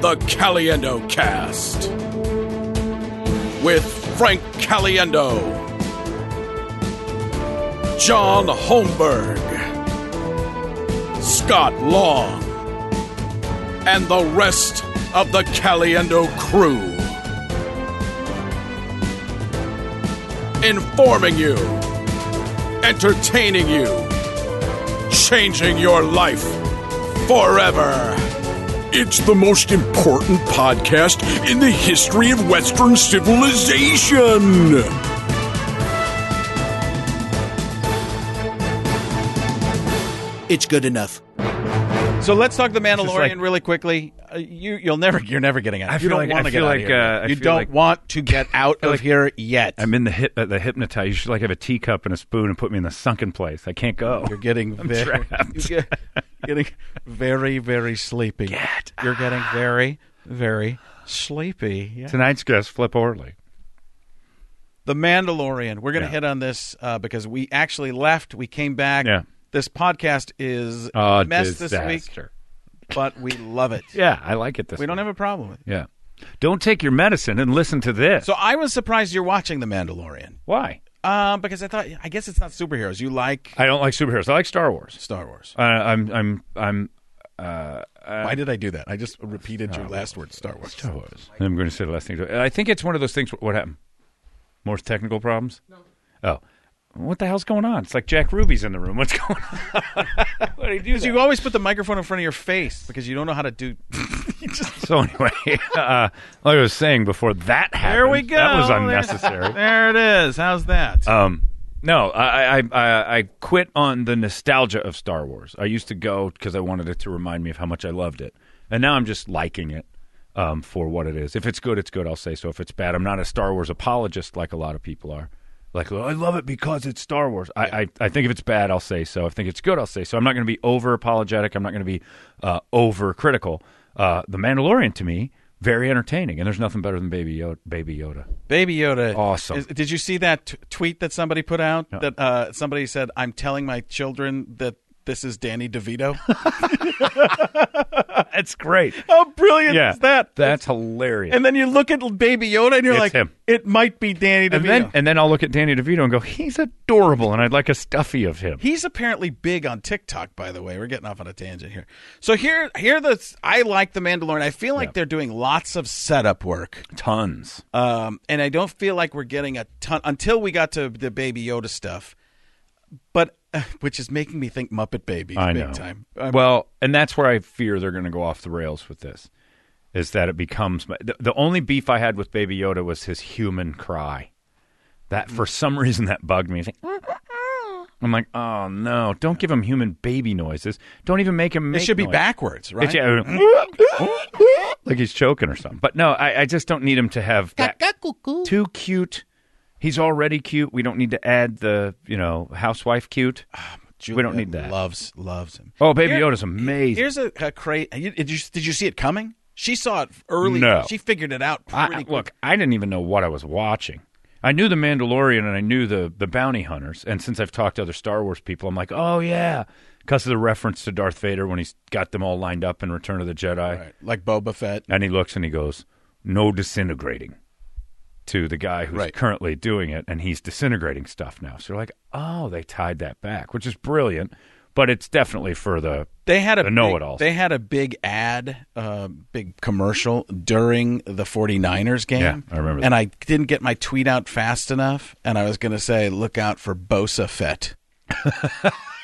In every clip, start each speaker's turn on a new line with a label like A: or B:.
A: The Caliendo Cast with Frank Caliendo, John Holmberg, Scott Long, and the rest of the Caliendo crew. Informing you, entertaining you, changing your life forever. It's the most important podcast in the history of Western civilization.
B: It's good enough.
C: So let's talk the Mandalorian
D: like-
C: really quickly. Uh, you you'll never you're never getting out.
D: I
C: you
D: feel
C: don't
D: like-
C: want
D: I
C: to get
D: feel
C: out
D: like,
C: of here.
D: uh, I
C: you
D: feel
C: don't
D: like-
C: want to get out of here yet.
D: I'm in the hip, uh, the hypnotize. You should like have a teacup and a spoon and put me in the sunken place. I can't go.
C: you're getting
D: I'm
C: very
D: trapped.
C: you're get- getting very very sleepy.
D: Get
C: you're getting very very sleepy. Yeah.
D: Tonight's guest, Flip Orley.
C: The Mandalorian. We're going to
D: Yeah.
C: hit on this uh, because we actually left. We came back.
D: Yeah.
C: This podcast is a
D: Uh,
C: mess this week,
D: disaster.
C: but we love it.
D: Yeah, I like it this.
C: We don't
D: way.
C: have a problem with it.
D: Yeah, don't take your medicine and listen to this.
C: So I was surprised you're watching The Mandalorian
D: Why?
C: uh, because I thought, I guess it's not superheroes. You like
D: I don't like superheroes. I like Star Wars.
C: Star Wars.
D: Uh, I'm I'm I'm uh, Oh.
C: Why did I do that? I just repeated your last word, Star Wars.
D: Star Wars. I'm going to say the last thing. to- I think it's one of those things. What happened? More technical problems? No. Oh, what the hell's going on? It's like Jack Ruby's in the room. What's going on? Why do you do
C: Because you always put the microphone in front of your face because you don't know how to do.
D: So anyway, uh, like I was saying before that happened,
C: There we go.
D: That was
C: There-
D: unnecessary.
C: There it is. How's that?
D: um, no, I, I I I quit on the nostalgia of Star Wars. I used to go because I wanted it to remind me of how much I loved it, and now I'm just liking it um, for what it is. If it's good, it's good. I'll say so. If it's bad, I'm not a Star Wars apologist like a lot of people are. Like "Oh, I love it because it's Star Wars. I, I I think if it's bad, I'll say so. If I think it's good, I'll say so. I'm not going to be over apologetic. I'm not going to be uh, over critical. Uh, the Mandalorian to me very entertaining, and there's nothing better than Baby Yoda. Baby Yoda.
C: Baby Yoda.
D: Awesome.
C: Is- did you see that t- tweet that somebody put out? That uh, somebody said, "I'm telling my children that this is Danny DeVito."
D: That's great.
C: How brilliant
D: yeah,
C: is that?
D: That's hilarious.
C: And then you look at Baby Yoda and you're
D: It's
C: like,
D: him.
C: "It might be Danny DeVito."
D: and then and then I'll look at Danny DeVito and go, he's adorable, and I'd like a stuffy of him.
C: He's apparently big on TikTok, by the way. We're getting off on a tangent here. So here, here the I like the Mandalorian. I feel like they're doing lots of setup work,
D: Tons.
C: um, and I don't feel like we're getting a ton until we got to the Baby Yoda stuff, but uh, which is making me think Muppet Babies
D: I
C: big
D: know.
C: time. Um,
D: well, and that's where I fear they're going to go off the rails with this. Is that it becomes my, the, the only beef I had with Baby Yoda was his human cry. That for some reason that bugged me. He's like, I'm like, oh no! Don't give him human baby noises. Don't even make him.
C: it
D: make
C: should be
D: noise.
C: backwards, right?
D: It's- yeah, like he's choking or something. But no, I, I just don't need him to have that too cute. He's already cute. We don't need to add the you know housewife cute. we don't
C: Ah, Julia
D: need that.
C: Loves loves him.
D: Oh, Baby
C: Here-
D: Yoda's amazing.
C: Here's a, a cra you- Did you, did you see it coming? She saw it early.
D: No.
C: She figured it out pretty
D: I- I,
C: quick.
D: look, I didn't even know what I was watching. I knew the Mandalorian and I knew the the bounty hunters. And since I've talked to other Star Wars people, I'm like, oh yeah, because of the reference to Darth Vader when he's got them all lined up in Return of the Jedi.
C: Right. Like Boba Fett.
D: And he looks and he goes, No disintegrating to the guy who's
C: Right.
D: currently doing it. And he's disintegrating stuff now. So you're like, Oh, they tied that back, which is brilliant. But it's definitely for the.
C: They had a
D: The know
C: big-
D: it alls.
C: They had a big ad, uh, big commercial during the 49ers game.
D: Yeah, I remember that.
C: And I didn't get my tweet out fast enough, and I was going to say, "Look out for Bosa Fett."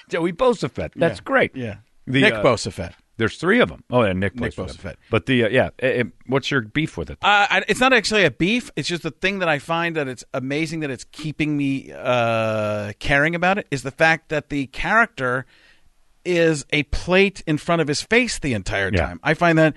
D: Joey Bosa Fett. That's great. The,
C: Nick
D: uh,
C: Bosa Fett.
D: There's three of them. Oh, yeah, Nick,
C: Nick
D: Bosa
C: Bosa Fett.
D: But the, uh, yeah, eh, eh, what's your beef with it?
C: Uh, I, it's not actually a beef. It's just the thing that I find that it's amazing that it's keeping me uh, caring about it is the fact that the character is a plate in front of his face the entire
D: Yeah.
C: time. I find that,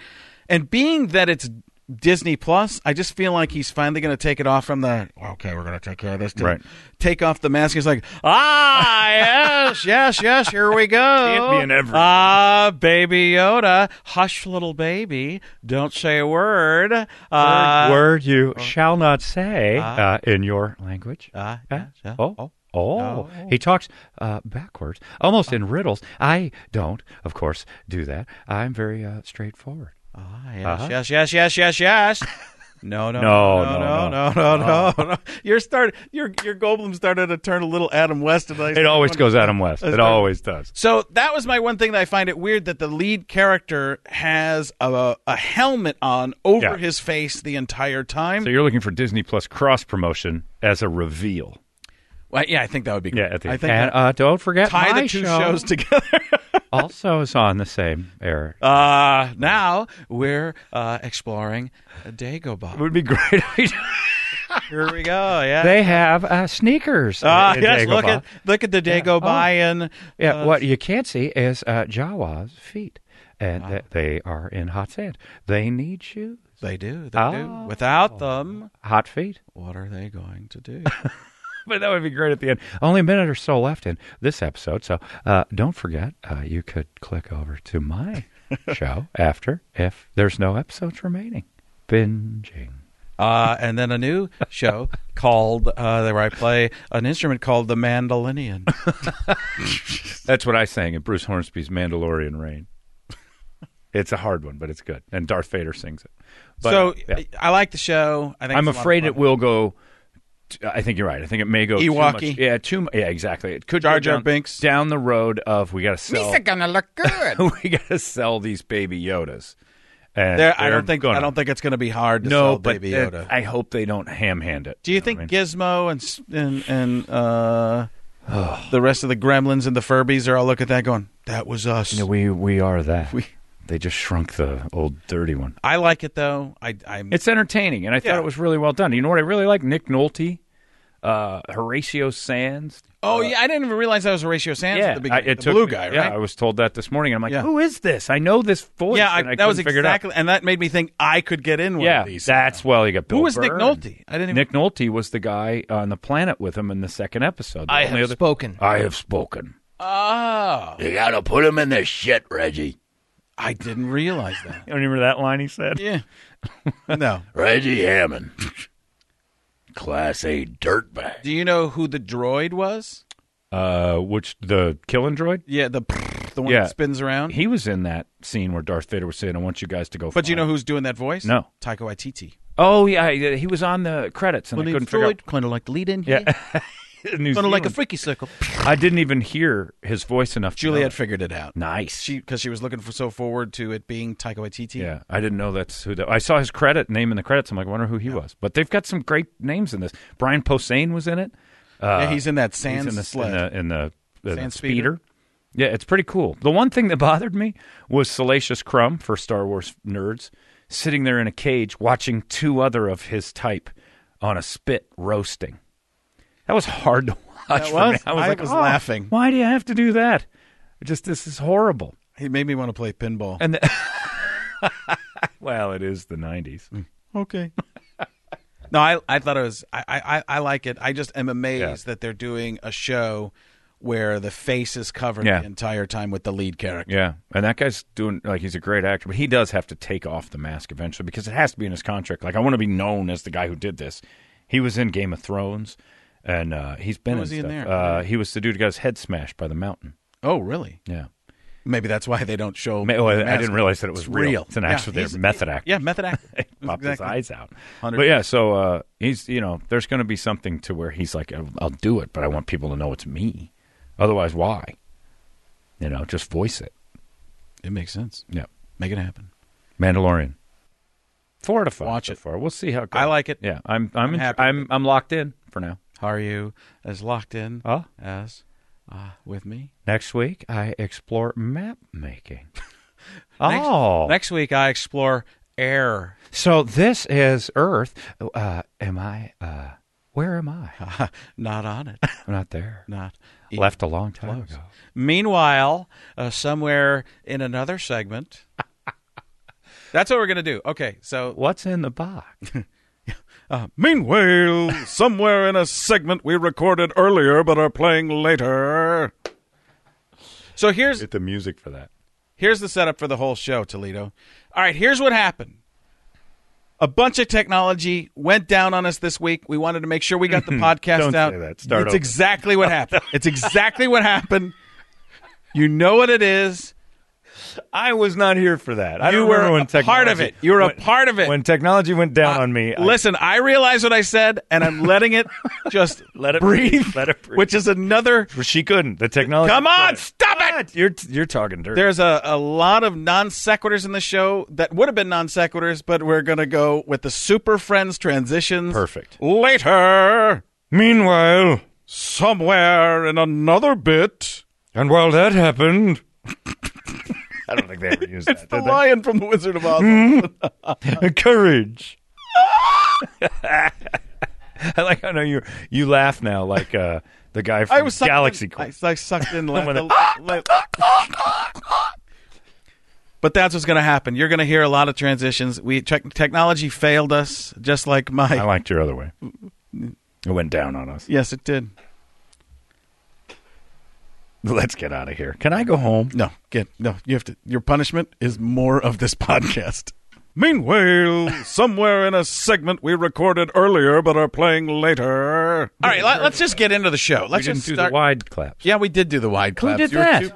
C: and being that it's Disney Plus, I just feel like he's finally going to take it off from the. Okay, we're going to take care of this. to
D: Right.
C: Take off the mask. He's like, ah, yes, yes, yes. Here we go.
D: Can't be in everything.
C: Ah, baby Yoda, hush, little baby, don't say a word. Uh, Oh,
D: word you shall not say uh, in your language.
C: Ah,
D: Eh?
C: yes, yeah.
D: Oh,
C: Oh,
D: Oh, he talks uh, backwards, almost in riddles. I don't, of course, do that. I'm very uh, straightforward. Uh-huh.
C: Ah, yes, yes, yes, yes, yes, yes. No, no,
D: No,
C: no, no,
D: no,
C: no, no, no, no. Your start, your your Goldblum started to turn a little Adam West. And I
D: It always goes Adam West. It always does.
C: So that was my one thing that I find it weird that the lead character has a, a helmet on over
D: Yeah.
C: his face the entire time.
D: So you're looking for Disney Plus cross promotion as a reveal.
C: well, yeah, I think that would be. Cool.
D: Yeah, at the
C: I think
D: and
C: that-
D: uh, don't forget
C: tie
D: my
C: the two
D: show
C: shows together.
D: also is on the same air.
C: uh, now we're uh, exploring
D: it
C: Dagobah.
D: would be great. if we-
C: Here we go. Yeah.
D: they have uh, sneakers. uh,
C: Ah,
D: in
C: yes, look
D: Dagobah.
C: at look at the Dagobahian.
D: Oh.
C: uh,
D: Yeah, what you can't see is uh, Jawa's feet, and that they are in hot sand. They need shoes.
C: They do. They
D: Ah.
C: do. Without them,
D: Hot feet.
C: what are they going to do?
D: But that would be great at the end. Only a minute or so left in this episode, so uh, don't forget uh, you could click over to my show after if there's no episodes remaining. Binging.
C: uh, and then a new show called uh, where I play an instrument called the mandolinian.
D: That's what I sang in Bruce Hornsby's Mandalorian Reign. It's a hard one, but it's good, and Darth Vader sings it. But,
C: so
D: yeah.
C: I like the show. I think it's
D: I'm
C: a lot of
D: afraid
C: fun.
D: it will go. t- I think you're right. I think it may go too much-
C: Ewoky.
D: Yeah, too. mu- Yeah, exactly. It could
C: Jar
D: go
C: Jar
D: down,
C: Binks.
D: down the road of we got to sell.
E: gonna look good.
D: we got to sell these baby Yodas. And
C: There, I
D: they're
C: don't think
D: gonna-
C: I don't think it's going to be hard to
D: No,
C: sell
D: but
C: Baby
D: that-
C: Yoda.
D: I hope they don't ham hand it.
C: do you
D: know
C: think
D: what I mean?
C: Gizmo and s- and and uh, the rest of the Gremlins and the Furbies are all looking at that going, "That was us."
D: No, we we are that? they just shrunk the old dirty one.
C: I like it though. I I'm,
D: It's entertaining, and I thought
C: Yeah.
D: it was really well done. You know what I really like? Nick Nolte, uh, Horatio Sands.
C: oh yeah, I didn't even realize that was Horatio Sands at the
D: I-
C: beginning.
D: it
C: the
D: took
C: blue
D: me-
C: guy, right?
D: Yeah, I was told that this morning. I'm like,
C: Yeah.
D: who is this? I know this voice.
C: Yeah, I,
D: and I
C: that was
D: couldn't figure it out.
C: exactly, and that made me think I could get in one
D: Yeah,
C: of these.
D: that's well. You got Bill
C: Who was Nick
D: Byrne.
C: Nolte? I didn't even.
D: Nick Nolte was the guy on the planet with him in the second episode. The
E: I
D: only
E: have
D: other-
E: spoken.
D: I have spoken.
C: Oh,
F: You gotta put him in the shit, Reggie.
C: I didn't realize that.
D: You remember that line he said?
C: yeah.
D: Oh.
C: No.
F: Reggie Hammond. Class A dirtbag.
C: Do you know who the droid was?
D: Uh, which the killing droid?
C: Yeah, the the one
D: Yeah.
C: that spins around.
D: He was in that scene where Darth Vader was saying, "I want you guys to go."
C: but do you
D: fly."
C: know who's doing that voice?
D: No.
C: Taika Waititi.
D: Oh yeah, yeah, he was on the credits, and I couldn't figure out.
C: kind of like the lead in
D: Yeah.
C: here,
D: New
C: kind of like a
D: Zealand.
C: freaky circle.
D: I didn't even hear his voice enough. to
C: Juliet
D: know.
C: figured it out.
D: Oh. nice.
C: She because she was looking for so forward to it being Taika Waititi.
D: Yeah, I didn't know that's who. That, I saw his credit name in the credits. I'm like, I wonder who he was. But they've got some great names in this. Brian Posehn was in it. Uh,
C: Yeah, he's in that
D: he's
C: sand
D: in the
C: sled.
D: in the, in the, uh,
C: Sand speeder.
D: speeder. Yeah, it's pretty cool. The one thing that bothered me was Salacious Crumb for Star Wars nerds sitting there in a cage watching two other of his type on a spit roasting. That was hard to watch.
C: That
D: for me.
C: was-
D: I was
C: I
D: like,
C: was
D: "Oh,
C: laughing."
D: Why do you have to do that? Just this is horrible.
C: He made me want to play pinball.
D: And the- well, it is the '90s.
C: Mm. Okay. no, I I thought it was I, I I- I like it. I just am amazed
D: Yeah.
C: that they're doing a show where the face is covered
D: Yeah.
C: the entire time with the lead character.
D: Yeah, and that guy's doing like he's a great actor, but he does have to take off the mask eventually because it has to be in his contract. Like I want to be known as the guy who did this. He was in Game of Thrones, and uh, he's been.
C: Who was he in
D: stuff.
C: there?
D: Uh, he was the dude who got his head smashed by the mountain.
C: Oh, really?
D: Yeah.
C: Maybe that's why they don't show.
D: Ma- oh,
C: the
D: I, I
C: mask.
D: didn't realize that it was
C: It's real.
D: It's an
C: Yeah,
D: actual
C: he's-
D: method actor.
C: Yeah, method actor.
D: popped
C: Exactly.
D: his eyes out.
C: 100%.
D: But yeah, so uh, he's you know there's going to be something to where he's like, I'll, I'll do it, but I want people to know it's me. Otherwise, why? You know, just voice it.
C: It makes sense.
D: Yeah.
C: Make it happen.
D: Mandalorian. Four to five.
C: Watch
D: so
C: it.
D: Far. We'll see how it goes.
C: I like it.
D: Yeah, I'm. I'm. I'm.
C: I'm
D: in-
C: happy
D: I'm, I'm locked in for now.
C: Are you as locked in
D: Huh?
C: as uh, with me?
D: Next week, I explore map making.
C: Next-
D: oh,
C: Next week I explore air.
D: so this is Earth. Uh, am I? Uh, where am I?
C: Not on it.
D: I'm not there.
C: Not
D: Left a long time ago.
C: Meanwhile, uh, somewhere in another segment, that's what we're going to do. Okay, so
D: What's in the box?
C: uh, meanwhile, somewhere in a segment we recorded earlier but are playing later. So here's
D: the music for that.
C: here's the setup for the whole show, Toledo. All right, here's what happened. a bunch of technology went down on us this week. We wanted to make sure we got the podcast
D: Don't say
C: out.
D: that. Start
C: it's
D: over.
C: exactly what happened. It's exactly what happened. You know what it is.
D: I was not here for that. I
C: You
D: don't
C: were
D: remember when
C: a part of
D: technology-
C: it. You were a
D: when-
C: part of it. Uh,
D: When technology went down on me, I-
C: Listen, I realize what I said, and I'm letting it just
D: Let it
C: breathe,
D: breathe. Let it breathe.
C: Which is another.
D: she couldn't. The technology.
C: Come on, stop
D: it! You're you're talking dirt.
C: There's a, a lot of non sequiturs in the show that would have been non sequiturs, but we're going to go with the Super Friends transitions.
D: Perfect.
C: Later,
D: Meanwhile,
C: somewhere in another bit.
D: and while that happened, I don't think they ever used that.
C: The
D: did they?
C: lion from The Wizard of Oz.
D: courage. I like. I know you. You laugh now, like uh, the guy from
C: I was sucked
D: Galaxy
C: in,
D: Quest.
C: I, I sucked in. la-
D: When
C: the- la- but that's what's going to happen. You're going to hear a lot of transitions. We tech technology failed us, just like my.
D: I liked your other way. It went down on us.
C: yes, it did.
D: Let's get out of here. Can I go home?
C: No, get no. You have to. Your punishment is more of this podcast. Meanwhile, somewhere in a segment we recorded earlier but are playing later. All right, let, us just get into the show. Let's
D: didn't
C: just
D: do
C: start.
D: the wide claps.
C: yeah, we did do the wide
D: Who
C: claps.
D: did
C: You were
D: that?
C: too-
D: No,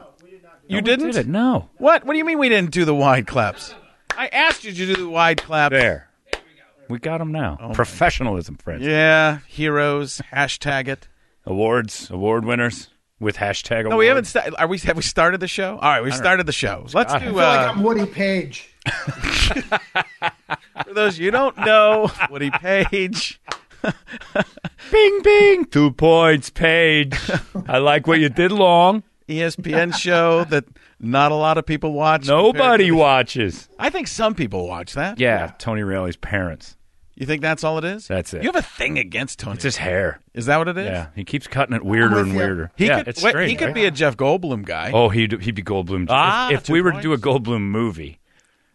C: you
D: we
C: didn't.
D: Did it? No.
C: What? What do you mean we didn't do the wide claps? I asked you to do the wide claps. Oh
D: There. We got them now. Professionalism, friends.
C: Yeah, heroes. Hashtag it.
D: Awards, award winners with hashtag awards.
C: No, we haven't. Sta- are we? Have we started the show? All right, we started the show. Let's
D: I feel
C: do.
E: I feel
C: Uh,
E: like I'm Woody Page.
C: for those you don't know, Woody Page.
D: Bing, bing. Two points, Paige. I like what you did long.
C: E ESPN show that not a lot of people watch.
D: Nobody
C: compared to-
D: watches.
C: I think some people watch that.
D: Yeah, Tony Raley's parents.
C: You think that's all it is?
D: That's it.
C: You have a thing against Tony.
D: It's his hair.
C: is that what it is?
D: Yeah, he keeps cutting it weirder and
E: you.
D: weirder.
C: He
D: yeah,
C: could.
D: it's
C: wait,
D: strange,
C: he could
D: right?
C: be a Jeff Goldblum guy.
D: Oh, he'd he'd be Goldblum. If-
C: Ah,
D: if
C: two
D: we were to do a
C: points.
D: Goldblum movie,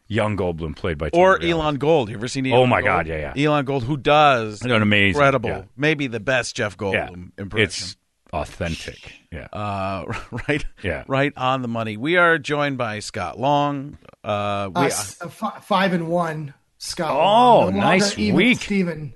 D: young Goldblum played by Tony
C: Or
D: Raley.
C: Elon Gold. You ever seen Elon
D: Oh, my
C: Gold?
D: God, yeah, yeah.
C: Elon Gold, who does
D: An amazing,
C: incredible,
D: yeah.
C: maybe the best Jeff
D: Yeah,
C: Goldblum impression.
D: it's authentic. Yeah,
C: Uh, right,
D: Yeah.
C: right on the money. We are joined by Scott Long. Uh, we,
E: Uh, s- uh, fi- five and one, Scott.
D: Oh,
E: Long. No
D: nice
E: longer even
D: week.
E: Steven.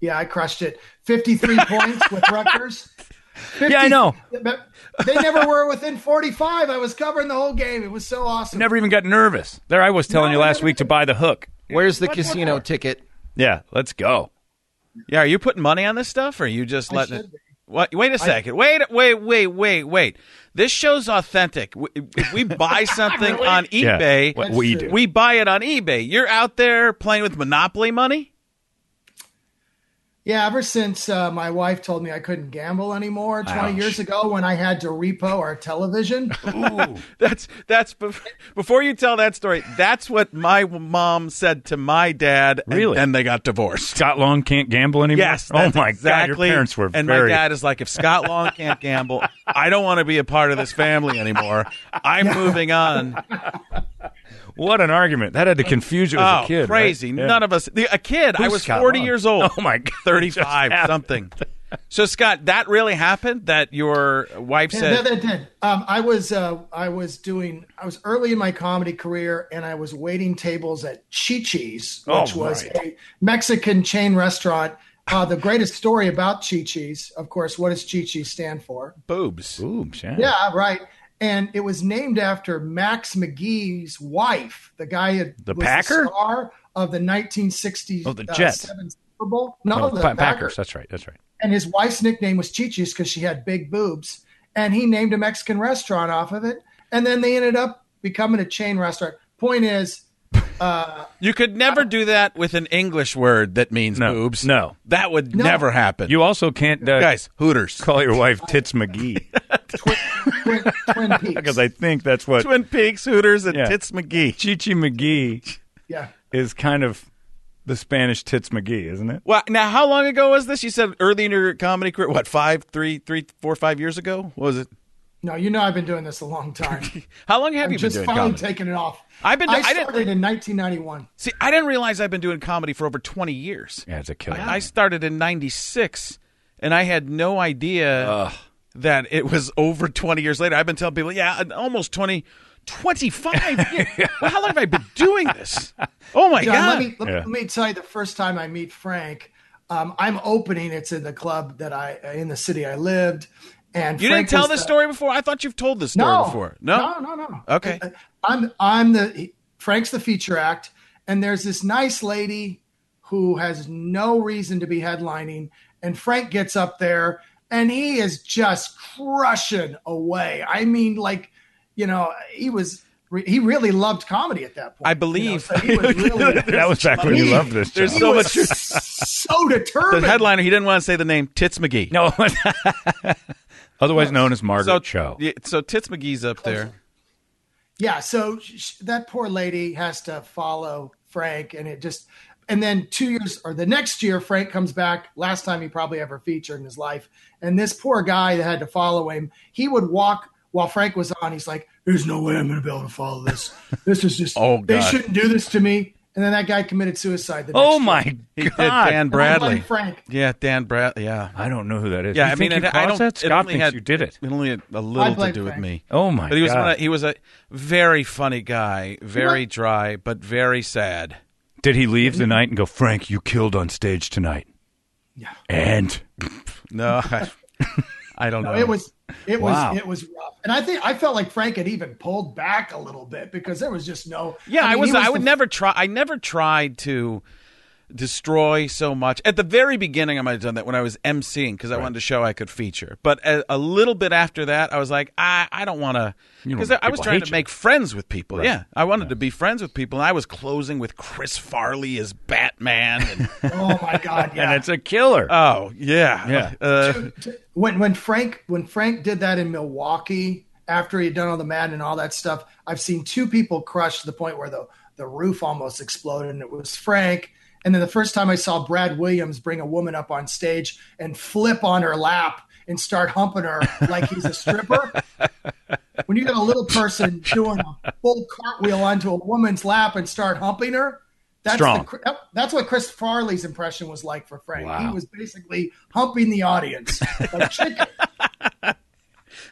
E: Yeah, I crushed it. 53 points with Rutgers. 50
D: Yeah, I know.
E: But They never were within 45. I was covering the whole game. It was so awesome.
D: never even got nervous. There I was telling you last week to buy the hook.
G: Where's the casino ticket?
D: Yeah, let's go.
C: yeah, are you putting money on this stuff, or are you just letting it?
E: should be.
C: What? Wait a second. wait, wait, wait, wait, wait. This show's authentic. W- If we buy something on
D: Yeah,
C: eBay,
D: what we do.
C: we buy it on eBay. You're out there playing with Monopoly money.
E: Yeah, ever since uh, my wife told me I couldn't gamble anymore 20 years ago when I had to repo our television.
C: That's that's bef- before you tell that story. That's what my mom said to my dad. and
D: Really?
C: Then they got divorced.
D: Scott Long can't gamble anymore.
C: Yes.
D: Oh
C: that's
D: my
C: exactly.
D: God, your parents were
C: And
D: very.
C: my dad is like, if Scott Long can't gamble, I don't want to be a part of this family anymore. I'm moving on.
D: what an argument! That had to confuse you as
C: Oh,
D: a kid.
C: crazy! None of us. The, a kid. I
D: Who's
C: was
D: Scott
C: forty
D: Long?
C: years old.
D: Oh, my God. Just
C: thirty-five
D: happened.
C: something. So Scott, that really happened. That your wife
E: Yeah,
C: said,
E: that, that did. Um, I was uh, I was doing I was early in my comedy career, and I was waiting tables at Chi-Chi's,
C: Oh,
E: which was a Mexican chain restaurant. Uh, the greatest story about Chi-Chi's, of course, what does Chi-Chi's stand for?
C: "Boobs."
D: Boobs, yeah.
E: Yeah, right. And it was named after Max McGee's wife, the guy who
D: The
E: was
D: Packer?
E: the star of the 1960s.
D: Oh, the Jets.
E: Super Bowl. No,
D: Oh,
E: the
D: Pa- Packers.
E: Packers
D: That's right. That's right.
E: and his wife's nickname was Chichi's because she had big boobs. And he named a Mexican restaurant off of it. And then they ended up becoming a chain restaurant. Point is, uh,
C: You could never do that with an English word that means
D: No,
C: boobs.
D: no.
C: that would never happen.
D: You also can't uh,
C: guys, Hooters,
D: call your wife Tits McGee
E: Twin, twin Peaks.
D: because I think that's what
C: Twin Peaks, Hooters, and
D: Yeah.
C: Tits McGee.
D: Chichi McGee
E: yeah.
D: is kind of the Spanish Tits McGee, isn't it?
C: Well, now how long ago was this? You said early in your comedy career. What five, three, three, four, five years ago? What was it?
E: No, you know I've been doing this a long time.
C: How long have you been
E: Just
C: doing
E: finally
C: comedy?
E: taking it off.
C: I've been-
E: I
C: I didn't-
E: started in 1991.
C: See, I didn't realize I've been doing comedy for over twenty years.
D: Yeah, it's a killer.
C: I started in 96 and I had no idea that it was over 20 years later. I've been telling people, yeah, almost 20, 25 years. Well, how long have I been doing this? Oh my
E: John,
C: god.
E: let me let,
D: Yeah.
E: me tell you the first time I meet Frank, um, I'm opening. It's in the club that I in the city I lived, and
C: you
E: Frank
C: didn't tell
E: was
C: this
E: the-
C: story before? I thought you've told this story
E: No,
C: before. No.
E: no, no, no.
C: Okay.
E: I'm I'm the Frank's the feature act, and there's this nice lady who has no reason to be headlining, and Frank gets up there and he is just crushing away. I mean, like, you know, he was he really loved comedy at that point.
C: I
E: you know,
C: believe.
E: so he was really
D: that was back when you loved this.
C: There's
D: job.
E: he
C: so
E: was so
C: The
E: determined.
C: headliner, he didn't want to say the name Tits McGee.
D: no, otherwise known as Margaret
C: so
D: Cho.
C: yeah, so Tits McGee's up there.
E: Yeah, so sh- sh- that poor lady has to follow Frank, and it just, and then two years or the next year, Frank comes back. Last time he probably ever featured in his life, and this poor guy that had to follow him, he would walk while Frank was on. He's like, "There's no way I'm going to be able to follow this. This is just,
C: Oh,
E: they
C: God.
E: shouldn't do this to me." And then that guy committed suicide. The next
D: Oh
E: year.
D: my
C: He did
D: god!
C: Dan
E: I blame
C: Bradley.
E: Frank.
C: Yeah, Dan Bradley. Yeah.
D: I don't know who that is.
C: Yeah,
D: You
C: I
D: think
C: mean,
D: you
C: it- I
D: caused
C: don't.
D: That?
C: it
D: Scott
C: only
D: thinks
C: had-
D: you did it.
C: It only had a
E: I
C: little to
E: blame
C: do with
E: Frank.
C: me.
D: Oh my
C: But he was
D: god!
C: one of- he was a very funny guy, very dry, but very sad.
D: Did he leave the night and go, Frank? You killed on stage tonight.
E: Yeah.
D: And
C: No, I, I don't know.
E: It was, it
D: Wow.
E: was, it was rough. And I think I felt like Frank had even pulled back a little bit because there was just no.
C: Yeah, I,
E: mean,
C: was,
E: he
C: I would
E: the-
C: never try. I never tried to destroy so much. At the very beginning, I might have done that when I was emceeing because I wanted to show I could feature. But a, a little bit after that, I was like, I, I don't want to.
D: don't
C: Because
D: want
C: I was
D: people
C: trying
D: hate
C: to
D: you.
C: make friends with people. Yeah, I wanted to be friends with people. And I was closing with Chris Farley as Batman. And,
E: Oh my God! Yeah,
D: and it's a killer.
C: oh, yeah.
D: Yeah.
C: Uh,
E: when when Frank when Frank did that in Milwaukee after he'd done all the Madden and all that stuff, I've seen two people crushed to the point where the the roof almost exploded, and it was Frank. And then the first time I saw Brad Williams bring a woman up on stage and flip on her lap and start humping her like he's a stripper. when you got a little person doing a full cartwheel onto a woman's lap and start humping her, that's
D: Strong.
E: The, that's what Chris Farley's impression was like for Frank.
D: Wow.
E: He was basically humping the audience like chicken.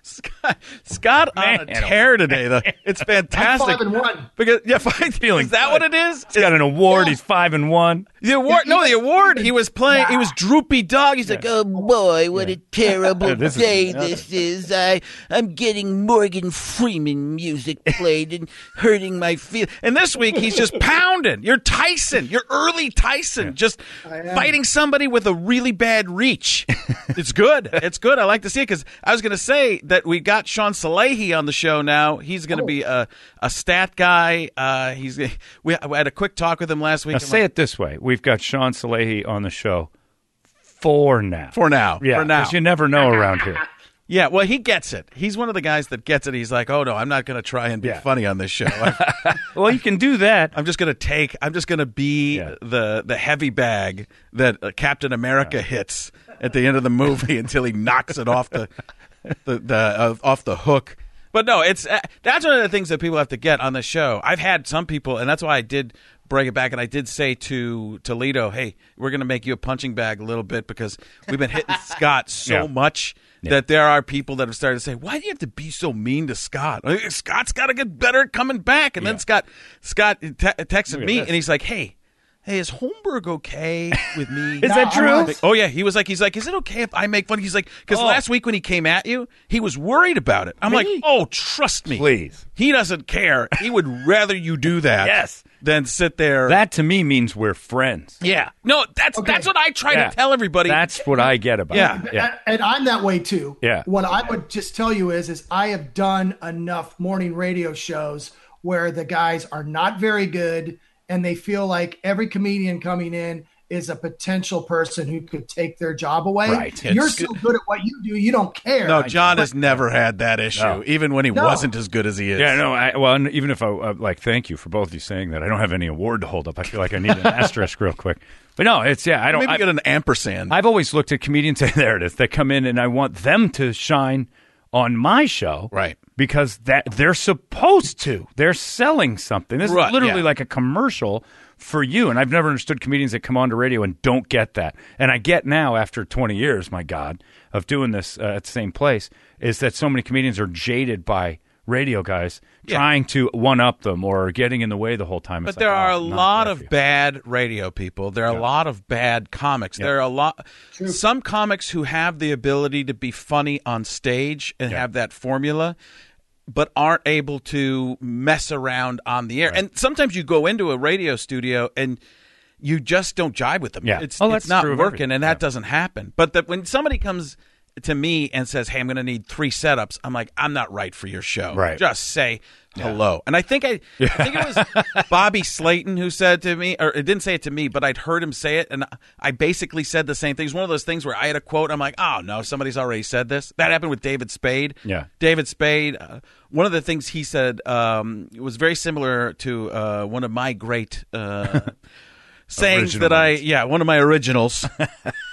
C: Scott, Scott on a
D: Man, oh,
C: Uh, tear today. Though. It's
E: I'm
C: fantastic.
E: five and one.
C: Because yeah, five,
D: Feeling
C: is that
D: good.
C: what it is?
D: He's got an award. He's five and one.
C: The award, no, the award. He was playing. He was droopy dog. He's like,
G: Oh boy, what a terrible
D: this is-
G: day this is. I I'm getting Morgan Freeman music played and hurting my feelings.
C: and this week he's just pounding. You're Tyson. You're early Tyson, just fighting somebody with a really bad reach. it's good. It's good. I like to see it because I was going to say that we got Sean Salehi on the show now. He's going to be a a stat guy. Uh, he's we I had a quick talk with him last week.
D: Now
C: I'm
D: say
C: like,
D: it this way: We've got Sean Salehi on the show for now.
C: for now.
D: yeah,
C: for now.
D: 'cause you never know around here.
C: Yeah, well, he gets it. He's one of the guys that gets it. He's like, oh no, I'm not going to try and be
D: Yeah.
C: funny on this show. I'm,
D: Well, you can do that.
C: I'm just going to take. I'm just going to be
D: Yeah.
C: the the heavy bag that uh, Captain America hits at the end of the movie until he knocks it off the the, the uh, off the hook. But no, it's uh, that's one of the things that people have to get on the show. I've had some people, and that's why I did break it back, and I did say to Toledo, "Hey, we're going to make you a punching bag a little bit because we've been hitting Scott so
D: Yeah.
C: much." That there are people that have started to say, "Why do you have to be so mean to Scott? Like, Scott's got to get better at coming back." And then Scott, Scott te- texted me,
D: this.
C: and he's like, "Hey, hey, is Holmberg okay with me?
D: Is that
E: I'm
D: true? Oh.
E: not-
C: Oh yeah, he was like, he's like, is it okay if I make fun? He's like, because last week when he came at you, he was worried about it. I'm like, oh, trust me,
D: Please.
C: He doesn't care. He would rather you do that,
D: Yes.
C: than sit there.
D: That to me means we're friends.
C: yeah, no, that's
E: Okay.
C: that's what I try
D: Yeah.
C: to tell everybody.
D: That's what I get about.
C: Yeah.
D: it. yeah.
E: And I'm that way too.
D: Yeah.
E: What I would just tell you is, is I have done enough morning radio shows where the guys are not very good, and they feel like every comedian coming in is a potential person who could take their job away.
D: Right.
E: You're
C: It's-
E: so good at what you do, you don't care.
C: no, John has never had that issue,
D: No.
C: even when he
E: No.
C: wasn't as good as he is.
D: Yeah, no. I, well, and even if I uh, like, thank you for both of you saying that. I don't have any award to hold up. I feel like I need an asterisk real quick. But no, it's yeah. I don't.
C: Maybe
D: I,
C: get an ampersand.
D: I've always looked at comedians. There it is. They come in, and I want them to shine on my show,
C: Right.
D: Because that they're supposed to. They're selling something. This
C: Right,
D: is literally
C: yeah.
D: like a commercial for you. And I've never understood comedians that come onto radio and don't get that. And I get now after 20 years, my God, of doing this uh, at the same place, is that so many comedians are jaded by radio guys trying to one up them or getting in the way the whole time.
C: But
D: It's
C: there
D: like,
C: are
D: oh,
C: a
D: not
C: lot
D: there
C: of
D: for you.
C: bad radio people. There are a lot of bad comics. There are a lot some comics who have the ability to be funny on stage and have that formula but aren't able to mess around on the air. And sometimes you go into a radio studio and you just don't jive with them.
D: Yeah.
C: It's,
D: Oh,
C: it's
D: that's
C: not
D: true of
C: working
D: everything.
C: and that doesn't happen. But that when somebody comes to me and says, "Hey, I'm going to need three setups," I'm like, "I'm not right for your show.
D: Right.
C: Just say hello." And I think I, I think it was Bobby Slayton who said to me, or it didn't say it to me, but I'd heard him say it, and I basically said the same thing. It's one of those things where I had a quote. I'm like, "Oh no, somebody's already said this." That happened with David Spade.
D: Yeah.
C: David Spade. Uh, one of the things he said um, was very similar to uh, one of my great. Uh, sayings
D: Original
C: that I
D: ones.
C: yeah one of my originals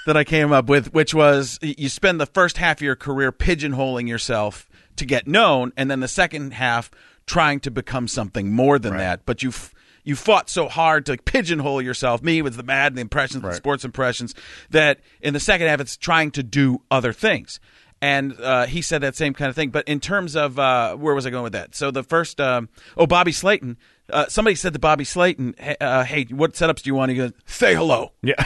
C: that I came up with, which was y- you spend the first half of your career pigeonholing yourself to get known, and then the second half trying to become something more than that. But you f- you fought so hard to pigeonhole yourself. Me with the mad, and the impressions, the sports impressions. That in the second half, it's trying to do other things. And uh, he said that same kind of thing. But in terms of uh, where was I going with that? So the first, um, oh, Bobby Slayton. Uh, somebody said to Bobby Slayton, hey, uh, "Hey, what setups do you want?" He goes, "Say hello."
D: Yeah.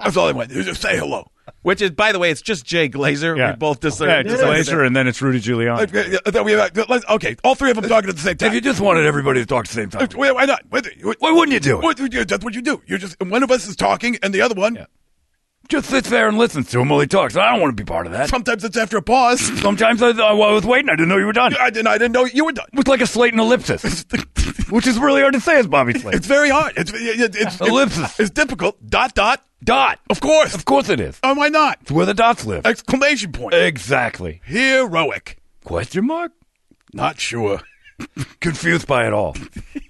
A: That's all I want. Just say hello.
C: Which is, by the way, it's just Jay Glazer.
D: yeah.
C: We both deserve.
D: Yeah, just laser, and then it's Rudy Giuliani.
A: Okay, uh, we have, uh, let's- okay, all three of them talking at the same time. Uh,
F: If you just wanted everybody to talk at the same time,
A: Why why not? Why
F: why wouldn't you do it?
A: What, yeah, that's what you do. You're just one of us is talking, and the other one.
F: Just sits there and listens to him while he talks. I don't want to be part of that.
A: Sometimes it's after a pause.
F: Sometimes I, I was waiting. I didn't know you were done.
A: I didn't. I didn't know you were done.
F: It was like a slate and ellipsis, which is really hard to say as Bobby Slate.
A: It's very hard. It's it's, it's
F: Ellipsis.
A: It's difficult. Dot dot.
F: dot.
A: Of course.
F: Of course it is.
A: Oh, why not?
F: It's where the dots live.
A: Exclamation point.
F: Exactly.
A: Heroic.
F: Question mark?
A: Not sure.
F: Confused by it all.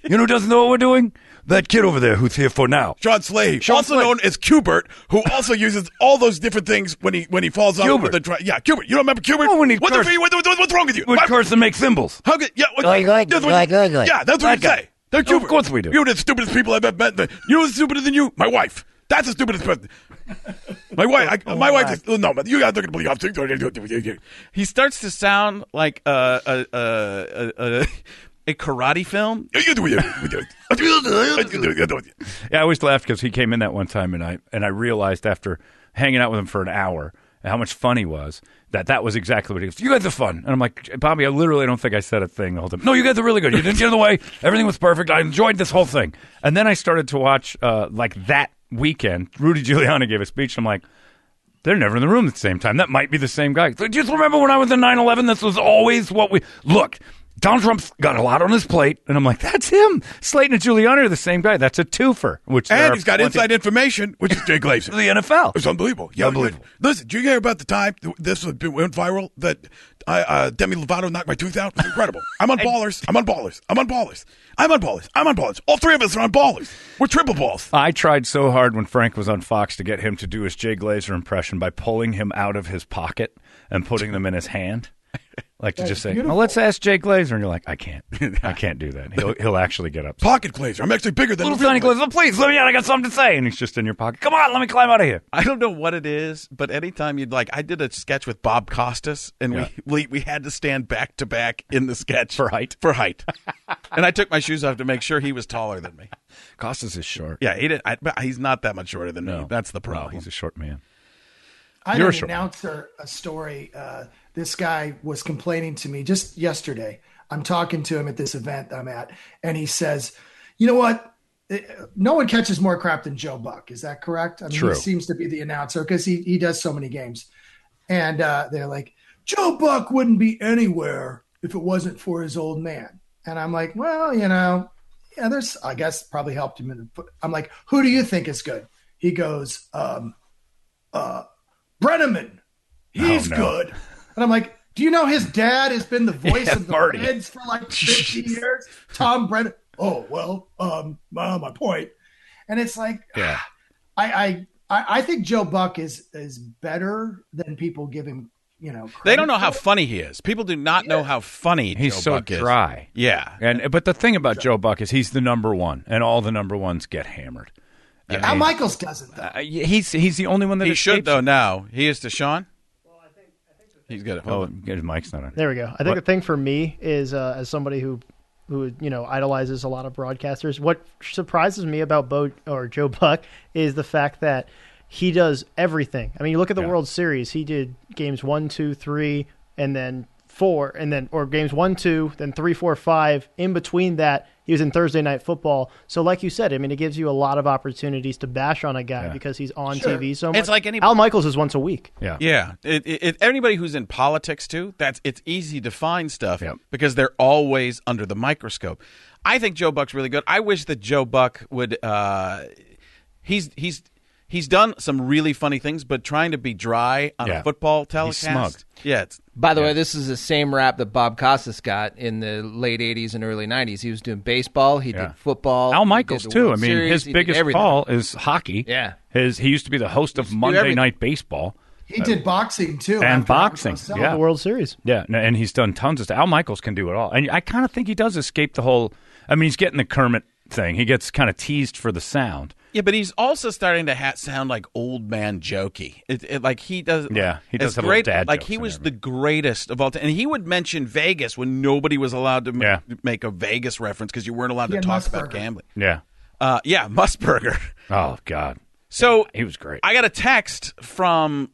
F: you know who doesn't know what we're doing? That kid over there who's here for now.
A: John Slade, also known as Cubert, who also uses all those different things when he when he falls off.
F: Cubert.
A: With the tri- yeah, Cubert. You don't remember Cubert?
F: Oh, when he
A: what
F: cursed.
A: the f- what, what- what's wrong with you?
F: Would
A: Why-
F: curse and make symbols.
A: How could yeah? What,
H: Like, like,
A: that's what-
H: like, like, like.
A: Yeah, that's what
F: That
A: you
F: guy.
A: say. That's
F: Of
A: Cubert.
F: course we do.
A: You're the stupidest people I've ever met. You know who's stupider than you? My wife. That's the stupidest person. My wife.
F: Oh,
A: I, my wife. Is, no, but you guys are going to believe. I'm
C: He starts to sound like uh, a a a, a, a karate film.
D: Yeah, I always laughed because he came in that one time, and I and I realized after hanging out with him for an hour how much fun he was. That that was exactly what he was. You guys are fun, and I'm like, Bobby, I literally don't think I said a thing the whole time. No, you guys are really good. You didn't get in the way. Everything was perfect. I enjoyed this whole thing. And then I started to watch uh, like that weekend. Rudy Giuliani gave a speech. And I'm like. They're never in the room at the same time. That might be the same guy. So just remember when I was in 9 11, this was always what we. Look, Donald Trump's got a lot on his plate. And I'm like, that's him. Slayton and Giuliani are the same guy. That's a toofer. Which there
A: And
D: are
A: he's got
D: plenty-
A: inside information, which is Jay Glazer.
D: The NFL.
A: It's unbelievable. Yeah,
F: Unbelievable.
A: but Listen, do you hear about the time th- this was- went viral that I, uh, Demi Lovato knocked my tooth out? It's incredible. I'm on ballers. I'm on ballers. I'm on ballers. I'm on ballers. I'm on ballers. All three of us are on ballers. We're triple balls.
D: I tried so hard when Frank was on Fox to get him to do his Jay Glazer impression by pulling him out of his pocket and putting them in his hand. Like to just say, well, let's ask Jay Glazer. And you're like, I can't. I can't do that. He'll, he'll actually get up.
A: Pocket glazer. I'm actually bigger than
D: Little
A: the real
D: tiny
A: glazer.
D: Glazer, please let me out. I got something to say. And he's just in your pocket. Come on, let me climb out of here.
C: I don't know what it is, but anytime you'd like, I did a sketch with Bob Costas, and we, we we had to stand back to back in the sketch
D: For height.
C: for height, and I took my shoes off to make sure he was taller than me.
D: Costas is short.
C: Yeah, he did. I, but he's not that much shorter than me.
D: No.
C: That's the
D: No,
C: problem.
D: he's a short man.
E: I
D: You're
E: had
D: sure.
E: an announcer a story. Uh, this guy was complaining to me just yesterday. I'm talking to him at this event I'm at, and he says, "You know what? Eh, No one catches more crap than Joe Buck. Is that correct? I mean,
D: True.
E: he seems to be the announcer because he he does so many games." And uh, they're like, "Joe Buck wouldn't be anywhere if it wasn't for his old man." And I'm like, "Well, you know, yeah, there's I guess probably helped him." In the, foot." I'm like, "Who do you think is good?" He goes, um, uh, "Brenneman, he's
D: no.
E: good." And I'm like, "Do you know his dad has been the voice
D: Yeah,
E: of the
D: Marty.
E: Reds for like 50 years? Tom Brennan." Oh well, um, my, my point. And it's like,
D: Yeah.
E: I, I I I think Joe Buck is is better than people give him. You know,
C: They don't
E: credit
C: know how
E: for.
C: funny he is. People do not know how funny
D: He's
C: Joe
D: so
C: Buck is.
D: dry.
C: Yeah,
D: And but the thing about Joe Buck is he's the number one, and all the number ones get hammered.
E: Al Michaels doesn't though.
D: Uh, he's he's the only one that
C: he
D: escapes
C: should though.
D: it.
C: Now he is to Sean. He's got it.
D: Oh,
C: Hold
D: his mic's not on.
H: There we go. I think
D: What-
H: the thing for me is uh, as somebody who who you know idolizes a lot of broadcasters, what surprises me about Bo or Joe Buck is the fact that he does everything. I mean, you look at the
D: Yeah.
H: World Series; he did games one, two, three, and then four, and then or games one, two, then three, four, five. In between that, he was in Thursday Night Football. So, like you said, I mean, it gives you a lot of opportunities to bash on a guy because he's on TV so much.
C: It's like any-
H: Al Michaels is once a week.
D: Yeah.
C: Yeah, it, it, it- anybody who's in politics too, that's it's easy to find stuff
D: Yep.
C: because they're always under the microscope. I think Joe Buck's really good. I wish that Joe Buck would. Uh, he's he's he's done some really funny things, but trying to be dry on
D: Yeah.
C: a football
D: He's
C: telecast.
D: smug.
C: Yeah, it's,
I: By the way, this is the same rap that Bob Costas got in the late '80s and early '90s. He was doing baseball, he
D: Yeah.
I: did football,
D: Al
I: he
D: Michaels
I: did the
D: too. I
I: World
D: mean,
I: Series,
D: his
I: he did
D: biggest
I: everything.
D: call is hockey.
I: Yeah.
D: His he used to be the host of Monday
C: everything.
D: Night Baseball
E: He did boxing too.
D: and
E: after
D: boxing.
E: Marcel.
D: Yeah.
H: The World Series.
D: Yeah, no, and he's done tons of stuff. Al Michaels can do it all, and I kind of think he does escape the whole. I mean, he's getting the Kermit thing. He gets kind of teased for the sound.
C: yeah, but he's also starting to ha- sound like old man jokey. It, it, like he does.
D: Yeah, he does
C: as
D: have little
C: great.
D: dad
C: like
D: jokes
C: he
D: and
C: was the
D: everything.
C: greatest of all time, and he would mention Vegas when nobody was allowed to m-
D: Yeah.
C: make a Vegas reference because you weren't allowed to
E: Yeah,
C: talk about
E: Musburger.
C: gambling.
D: Yeah.
C: Uh, yeah, Musburger.
D: Oh God,
C: So
D: he was great.
C: I got a text from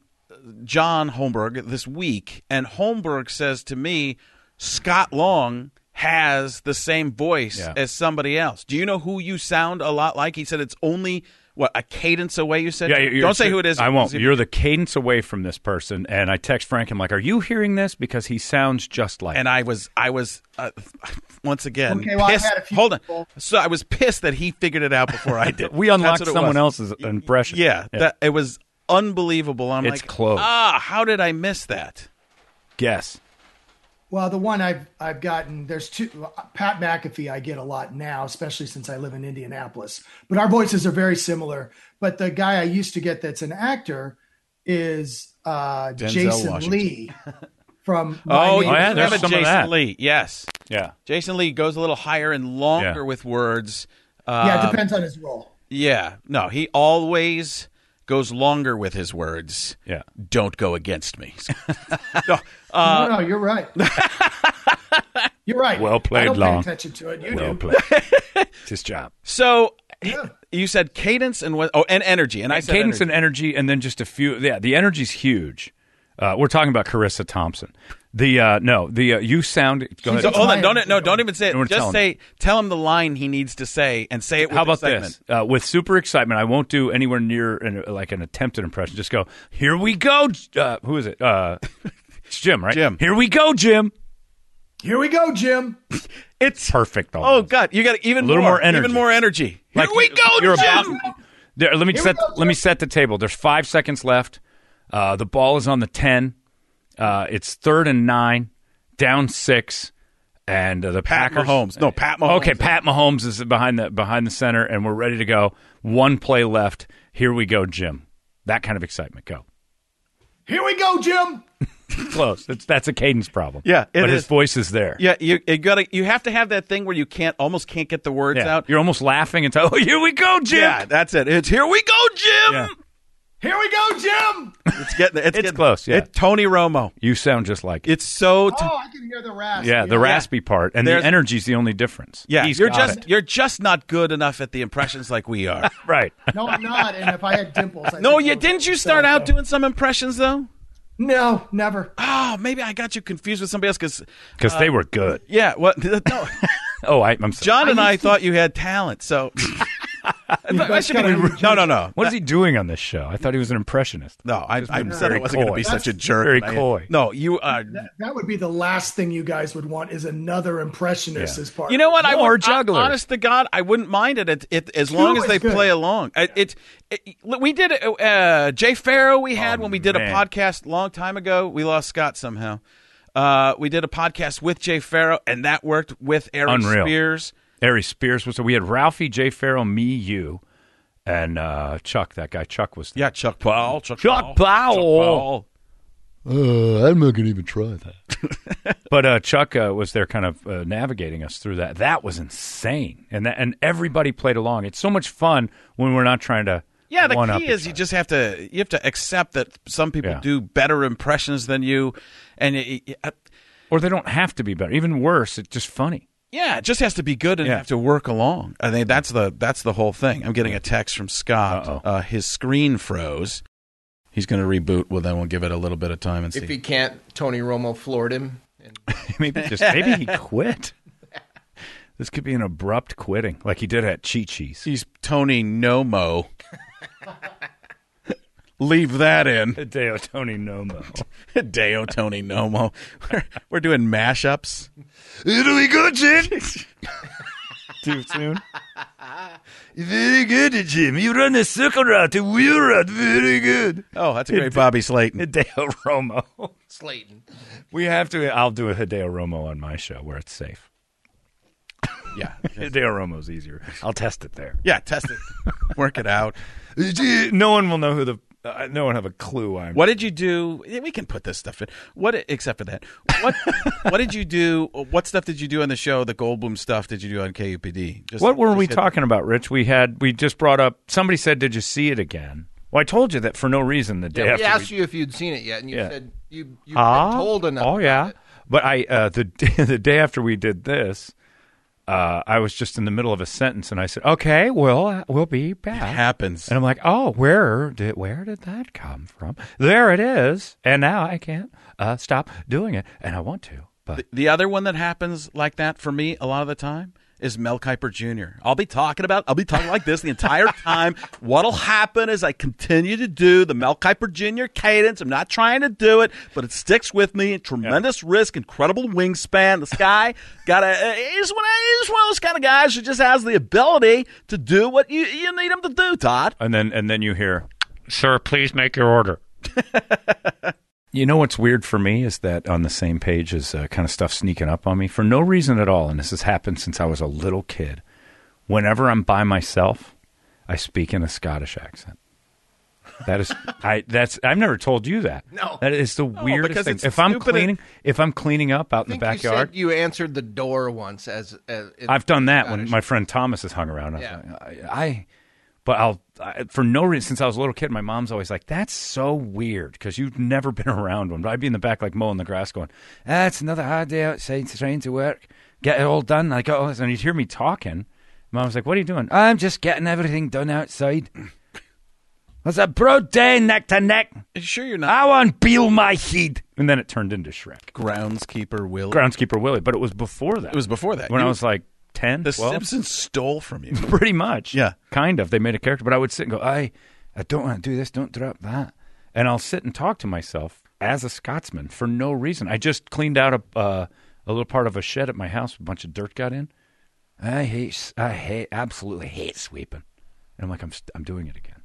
C: John Holmberg this week, and Holmberg says to me, Scott Long has the same voice
D: Yeah.
C: as somebody else. Do you know who you sound a lot like? He said it's only what a cadence away. You said,
D: Yeah, you're-
C: don't say who it is.
D: I won't.
C: Because-
D: You're the cadence away from this person, and I text Frank. I'm like, "Are you hearing this? Because he sounds just like."
C: and I was, I was, uh, once again,
E: Okay, well, I've
C: pissed.
E: had a few
C: Hold on.
E: people-
C: So I was pissed that he figured it out before I did.
D: we
C: That's
D: unlocked
C: what it
D: someone
C: was.
D: else's impression.
C: Yeah, That, it was unbelievable. I'm
D: It's
C: like,
D: close.
C: Ah, how did I miss that?
D: guess.
E: Well, the one I've I've gotten there's two Pat McAfee I get a lot now, especially since I live in Indianapolis. But our voices are very similar. But the guy I used to get that's an actor is uh, Jason
C: Washington.
E: Lee from
C: Oh,
E: My Neighbor-
D: Oh, yeah, there's
C: have a
D: some of
C: Jason
D: that.
C: Lee. Yes,
D: Yeah.
C: Jason Lee goes a little higher and longer
D: Yeah.
C: with words. Uh,
E: yeah, it depends on his role.
C: yeah, no, he always goes longer with his words.
D: Yeah.
C: Don't go against me. no, uh,
E: no,
D: Uh,
E: no, you're right. you're right.
D: Well played,
E: I don't
D: Long.
E: Pay attention to it. You
D: Well
E: do.
D: played. it's his job.
C: so you said cadence and what? Oh, and energy. And I said
D: cadence
C: energy.
D: and energy, and then just a few. Yeah, the energy's huge. Uh, we're talking about Carissa Thompson. The uh, no, the uh, you sound. Go ahead.
C: So, hold on,
E: Mine.
C: don't no, don't even say it.
D: We're
C: Just
D: telling
C: say, tell him the line he needs to say, and say it. With
D: How about
C: excitement.
D: this? Uh, with super excitement, I won't do anywhere near an, like an attempted impression. Just go. Here we go. J- Uh, who is it? Uh, it's Jim, right?
C: Jim.
D: Here we go, Jim.
E: Here we go, Jim.
D: It's perfect.
C: Oh
D: almost.
C: God, you got even
D: A little more energy.
C: even more energy.
D: Like,
C: Here we go,
D: you're about-
C: Jim.
D: There, let me
E: Here we
D: set.
E: go,
D: let me
E: Jim.
D: set the table. There's five seconds left. Uh, the ball is on the ten. Uh, it's third and nine, down six, and uh, the
C: Pat
D: Packers.
C: Mahomes. No, Pat Mahomes.
D: Okay, Pat Mahomes is behind the behind the center, and we're ready to go. One play left. Here we go, Jim. That kind of excitement. Go
E: Here we go, Jim.
D: close. That's that's a cadence problem.
C: Yeah, it
D: but his
C: is.
D: voice is there.
C: Yeah, you you gotta you have to have that thing where you can't almost can't get the words
D: Yeah.
C: out.
D: You're almost laughing and oh, here we go, Jim.
C: Yeah, that's it. It's here we go, Jim.
D: Yeah.
E: Here we go, Jim.
C: It's getting it's, getting,
D: close, yeah.
C: It's Tony Romo.
D: You sound just like it.
C: It's so. T-
E: Oh, I can hear the rasp.
D: yeah, the raspy part and
C: There's-
D: the energy's the only difference.
C: yeah,
D: He's
C: you're
D: got
C: just
D: it.
C: you're just not good enough at the impressions like we are.
D: right.
E: No, I'm not. And if I had dimples, I
C: no,
E: think I
C: you
E: would-
C: didn't. You start
E: so-
C: out doing some impressions though.
E: No, never.
C: Oh, maybe I got you confused with somebody else uh, because
D: Because they were good.
C: yeah, what? no,
D: Oh, I, I'm sorry.
C: John and I, thought you had talent. So I should be, no, no, no.
D: What is he doing on this show? I thought he was an impressionist.
C: No, I, I
D: been
C: said I
D: very
C: wasn't going to
D: coy.
C: be such a jerk.
D: very
C: I-
D: coy.
C: No, you uh, are.
E: That would be the last thing you guys would want is another impressionist as part.
C: You know what? I
D: Or
C: would,
D: jugglers.
C: I, honest to God, I wouldn't mind it, it, it as long as
E: is
C: they
E: good.
C: play along. I- It, it, we did it, uh, Jay Farrow. We had
D: Oh,
C: when we did
D: man.
C: a podcast long time ago. We lost Scott somehow. Uh, we did a podcast with Jay Farrow, and that worked with Eric
D: Unreal.
C: Spears.
D: Ari Spears was. So we had Ralphie, Jay Farrell, me, you, and uh, Chuck. That guy Chuck was. There.
C: Yeah, Chuck Powell. Chuck,
D: Chuck
C: Chuck Powell.
D: Powell.
B: Uh, I'm not gonna even try that.
D: But uh, Chuck uh, was there, kind of uh, navigating us through that. That was insane, and that, and everybody played along. It's so much fun when we're not trying to
C: Yeah, the
D: one-up
C: key
D: each
C: is you
D: other.
C: just have to you have to accept that some people
D: Yeah.
C: do better impressions than you, and it, it- uh,
D: or they don't have to be better. Even worse, it's just funny.
C: yeah, it just has to be good and
D: Yeah.
C: have to work along. I think that's the that's the whole thing. I'm getting a text from Scott.
D: Uh-oh.
C: Uh, his screen froze. He's going to reboot. Well, then we'll give it a little bit of time and see.
I: If he can't, Tony Romo floored him. And
D: maybe just maybe he quit. This could be an abrupt quitting, like he did at Chi Chi's.
C: He's Tony Nomo. Leave that in.
D: Hideo Tony Nomo.
C: Deo Tony Nomo. We're, we're doing mashups.
F: It'll be good, Jim.
D: Too soon.
F: Very good, Jim. You run the circle route, the wheel route. Very good.
C: Oh, that's a great Bobby Slayton.
D: Hideo Romo.
I: Slayton.
D: We have to. I'll do a Hideo Romo on my show where it's safe.
C: Yeah.
D: Hideo Romo's easier. I'll test it there.
C: Yeah, test it. Work it out.
D: No one will know who the. Uh, no one have a clue. I'm.
C: What did you do? yeah, We can put this stuff in. What except for that? What what did you do? What stuff did you do on the show? The Goldblum stuff did you do on KUPD? Just,
D: What were
C: just
D: we
C: hit-
D: talking about, Rich? We had we just brought up. Somebody said, "Did you see it again?" Well, I told you that for no reason the day
I: Yeah, we
D: after. we-
I: asked you if you'd seen it yet, and you
D: Yeah.
I: said you you
D: Ah,
I: been told enough.
D: Oh
I: about
D: yeah,
I: it.
D: but I uh, the day- the day after we did this, uh, I was just in the middle of a sentence, and I said, "Okay, well, uh, we'll be back."
C: Happens.
D: And I'm like, "Oh, where did where did that come from? There it is, and now I can't uh, stop doing it, and I want to, but
C: The other one that happens like that for me a lot of the time is Mel Kiper Jr. I'll be talking about, I'll be talking like this the entire time. What'll happen is I continue to do the Mel Kiper Jr. cadence. I'm not trying to do it, but it sticks with me. Tremendous risk, incredible wingspan. This guy got a, he's one, of- he's one of those kind of guys who just has the ability to do what you, you need him to do, Todd.
D: and then and then you hear, "Sir, please make your order." You know what's weird for me is that on the same page is uh, kind of stuff sneaking up on me for no reason at all, and this has happened since I was a little kid. Whenever I'm by myself, I speak in a Scottish accent. That is, I that's I've never told you that.
I: No.
D: that is the weirdest
C: because
D: thing.
C: it's
D: If I'm
C: stupid and-
D: cleaning, if I'm cleaning up
I: I
D: out in the
I: think
D: backyard,
I: you said you answered the door once as, as in-
D: I've done that when
I: Scottish.
D: my friend Thomas has hung around. I, was
I: Yeah.
D: like, I, I- but I'll I, for no reason since I was a little kid. My mom's always like, "That's so weird because you've never been around one." But I'd be in the back like mowing the grass, going, "Ah, it's another hard day outside trying to work, get it all done." I go, and you'd hear me talking. Mom's like, "What are you doing?" I'm just getting everything done outside. It's a broad day, neck to neck.
C: Are you sure you're not
D: I want peel my head, and then it turned into Shrek.
C: groundskeeper Will?
D: Groundskeeper Willie, but it was before that.
C: It was before that.
D: when I
C: You-
D: was like ten.
C: the
D: 12.
C: Simpsons stole from you.
D: Pretty much.
C: Yeah.
D: Kind of. They made a character, but I would sit and go, I, I don't want to do this. Don't drop that. And I'll sit and talk to myself as a Scotsman for no reason. I just cleaned out a uh, a little part of a shed at my house. A bunch of dirt got in. I hate. s- I hate. Absolutely hate sweeping. And I'm like, I'm. st- I'm doing it again.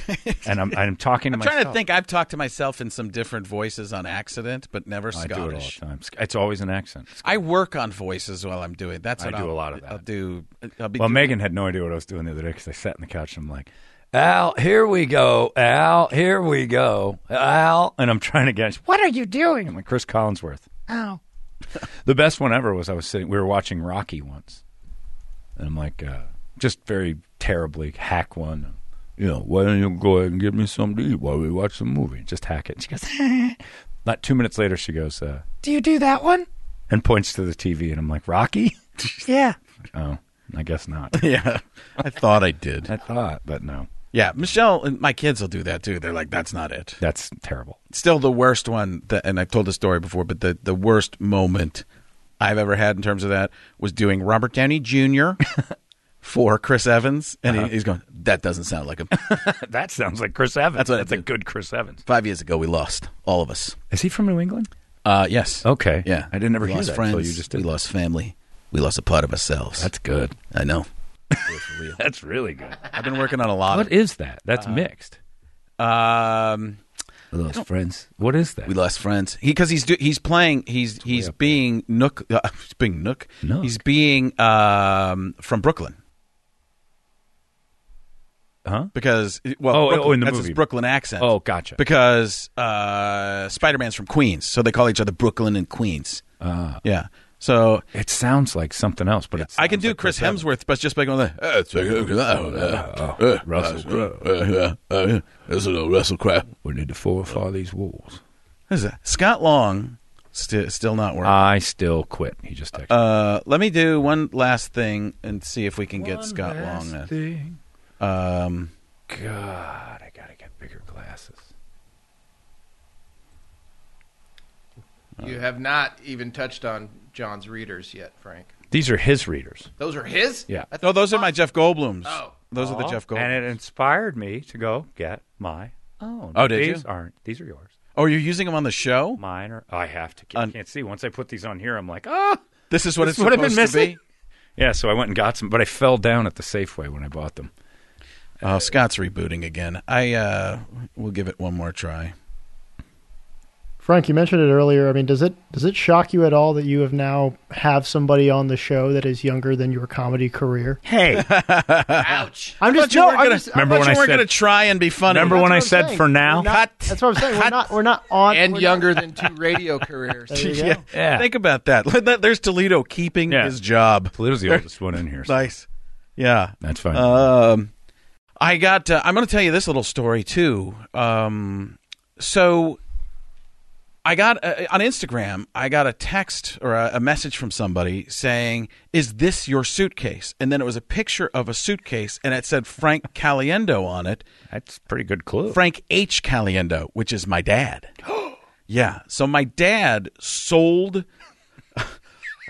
D: and I'm. I'm talking to
C: I'm
D: myself.
C: trying to think. I've talked to myself in some different voices on accident, but never
D: I do it all the
C: Scottish.
D: time. It's always an accent.
C: I work on voices while I'm doing. That's
D: I
C: what
D: do
C: I'll-
D: a lot of that.
C: I'll do. I'll be
D: Well, Megan had no idea what I was doing the other day because I sat on the couch and I'm like, Al, here we go. Al, here we go. Al. And I'm trying to guess, what are you doing? Oh, I'm like, Chris Collinsworth. Al. the best one ever was I was sitting, we were watching Rocky once. And I'm like, uh, just very terribly hack one. You know, why don't you go ahead and get me something to eat while we watch the movie? Just hack it. And she goes, not two minutes later, she goes, uh, Do you do that one? And points to the TV. And I'm like, Rocky? yeah. Oh, I guess not.
C: yeah, I thought I did.
D: I thought, but no,
C: Yeah, Michelle and my kids will do that too. They're like, "That's not it."
D: that's terrible.
C: Still, the worst one. That, and I've told the story before, but the the worst moment I've ever had in terms of that was doing Robert Downey Jr. for Chris Evans, and he, he's going, "That doesn't sound like him."
D: Uh-huh. That sounds like Chris Evans.
C: That's what I
D: a
C: did.
D: good Chris Evans.
C: Five years ago, we lost all of us.
D: Is he from New England?
C: Uh, yes.
D: Okay.
C: Yeah.
D: I didn't ever
C: we
D: hear
C: lost
D: that
C: Friends.
D: until you just did.
C: We lost family. We lost a part of ourselves.
D: That's good.
C: I know.
D: That's really good.
C: I've been working on a lot.
D: What is that? That's mixed.
C: um,
D: We lost friends. What is that?
C: we lost friends. He because he's do, he's playing. He's he's being Nook. Uh, he's being Nook.
D: Nook.
C: He's being um from Brooklyn
D: huh?
C: because well,
D: Oh, oh,
C: Brooklyn,
D: in the
C: that's
D: movie.
C: his Brooklyn accent.
D: Oh, gotcha.
C: Because uh, Spider Man's from Queens, so they call each other Brooklyn and Queens.
D: Ah.
C: yeah. So
D: It sounds like something else, but it's
C: I can do Chris Hemsworth, but just by going there. "Uh, it's, uh, uh, uh, uh,
D: Russell Crowe.
A: Uh, uh, uh, this is a Russell Crowe.
D: We need to fortify these walls.
C: what is that? Scott Long, sti- still not working.
D: I still quit. Uh, He just texted.
C: Uh, let me do one last thing and see if we can get Scott Long. in.
D: thing.
C: Um,
D: God, I gotta get bigger glasses.
I: You have not even touched on John's readers yet, Frank.
D: These are his readers.
I: Those are his.
D: Yeah.
I: I thought-
C: no, oh, those are my Jeff Goldblums.
I: Oh.
C: Those are the Jeff Goldblums.
D: And it inspired me to go get my own.
C: Oh, did
D: these
C: you?
D: aren't. These are yours.
C: oh, you're using them on the show?
D: Mine are. I have to. I
C: Un-
D: can't see. Once I put these on here, I'm like, ah.
C: This is what
D: This
C: it's
D: would have
C: supposed
D: been
C: to be.
D: missing. Yeah, so I went and got some, but I fell down at the Safeway when I bought them.
C: Oh, Scott's rebooting again. I uh, will give it one more try.
H: Frank, you mentioned it earlier. I mean, does it does it shock you at all that you have now have somebody on the show that is younger than your comedy career?
D: Hey,
I: Ouch.
H: I'm
C: But
H: just
C: you
H: no.
C: weren't
H: I'm
C: gonna-
H: just,
D: Remember
C: I thought
D: when
C: you
D: I
C: weren't
D: said-
C: going to try and be funny?
D: Remember when I
H: That's what I'm
D: said
H: saying.
D: for now?
H: We're not-
C: Cut.
H: that's what I'm saying. We're not we're not on
I: And
H: we're
I: younger than two radio careers.
H: Not, there you go.
C: Yeah.
D: Yeah.
C: Think about that. Let that- There's Toledo keeping
D: Yeah.
C: his job.
D: Pluto's the oldest one in here. so
C: Nice. Yeah.
D: that's fine.
C: Um, I got. Uh, I'm going to tell you this little story too. Um, so I got uh, on Instagram. I got a text or a, a message from somebody saying, "Is this your suitcase?" And then it was a picture of a suitcase, and it said Frank Caliendo on it.
D: that's a pretty good clue.
C: Frank H. Caliendo, which is my dad. yeah. So my dad sold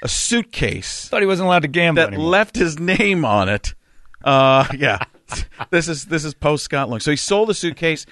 C: a suitcase
D: thought he wasn't allowed to gamble
C: that
D: anymore.
C: left his name on it. Uh, yeah, this is this is post Scott Long. So he sold the suitcase,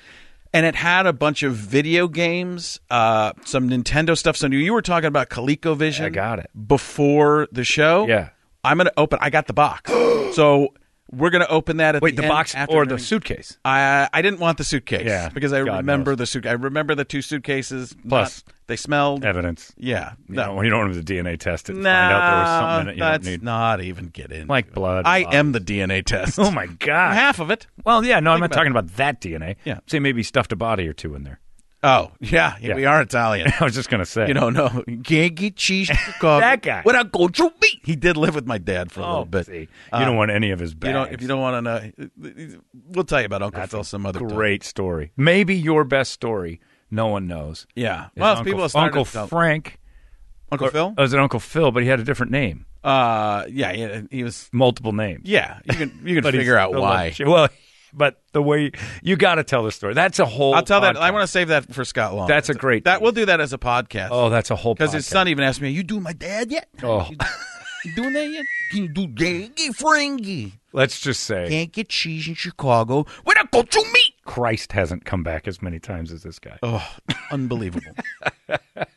C: and it had a bunch of video games, uh, some Nintendo stuff. So you were talking about ColecoVision.
D: I got it.
C: before the show.
D: Yeah.
C: I'm gonna open. I got the box, so we're gonna open that at
D: Wait, the
C: end
D: box
C: after
D: or the
C: everything.
D: suitcase?
C: I I didn't want the suitcase.
D: Yeah,
C: because I
D: God
C: remember
D: knows.
C: the suit. I remember the two suitcases.
D: Plus-
C: not- they smelled.
D: Evidence.
C: Yeah,
D: You,
C: no.
D: don't, you don't want him to DNA test it and
C: No,
D: find out there was something in it you
C: let's
D: don't need.
C: not even get in.
D: Like blood,
C: I
D: bodies.
C: am the DNA test.
D: Oh, my God.
C: half of it.
D: Well, yeah, no, I'm not
C: about
D: talking about that DNA.
C: Yeah.
D: Say maybe stuffed a body or two in there.
C: Oh yeah, we are Italian.
D: I was just going to say.
C: you don't know, Gangi cheese. that
D: guy.
C: Without going to me, he did live with my dad for a
D: oh,
C: little bit.
D: see, you
C: Uh,
D: don't want any of his bags.
C: You don't. If you don't want to know, we'll tell you about Uncle Phil some other time.
D: Great story. Maybe your best story. No one knows.
C: Yeah.
D: Is
C: Well,
D: Uncle,
C: people have started
D: Uncle
C: to tell-
D: Frank.
C: Uncle
D: or-
C: Phil.
D: Oh, is it Uncle Phil? But he had a different name,
C: Uh, yeah, yeah, he was.
D: multiple names.
C: Yeah, you can you can
D: But he's
C: figure out
D: still
C: why.
D: like- well, but the way you got to tell the story. That's a whole.
C: I'll tell that. I
D: podcast.
C: want to save that for Scott Long.
D: That's a great
C: That
D: piece.
C: we'll do that as a podcast.
D: Oh, that's a whole.
C: because his
D: podcast.
C: son even asked me, "Are you doing my dad yet?
D: Oh,
G: You doing that yet? Can you do dangy fringy?
D: let's just say
G: Can't get cheese in Chicago without go to meat.
D: Christ hasn't come back as many times as this guy.
C: Oh, unbelievable,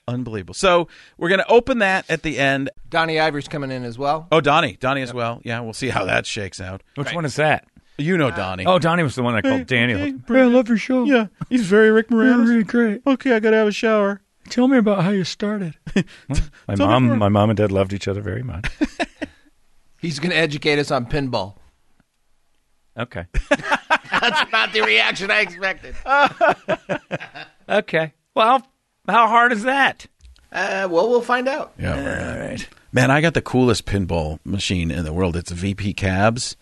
C: unbelievable." So we're gonna open that at the end.
I: Donnie Iver's coming in as well.
C: Oh, Donnie, Donnie as well. Yeah, we'll see how that shakes out.
D: Which one is that?
C: You
I: Uh,
C: know, Donnie.
D: Oh, Donnie was the one I called Daniel.
F: Hey, I love your show.
C: yeah, he's very Rick
F: You're really great.
C: Okay, I gotta have a shower.
F: Tell me about how you started.
D: My mom, uh, my mom and dad loved each other very much.
I: He's going to educate us on pinball.
D: Okay.
I: That's not the reaction I expected.
D: okay. Well, how hard is that?
I: Uh, well, we'll find out.
C: Yeah, Man, I got the coolest pinball machine in the world. It's VP Cabs,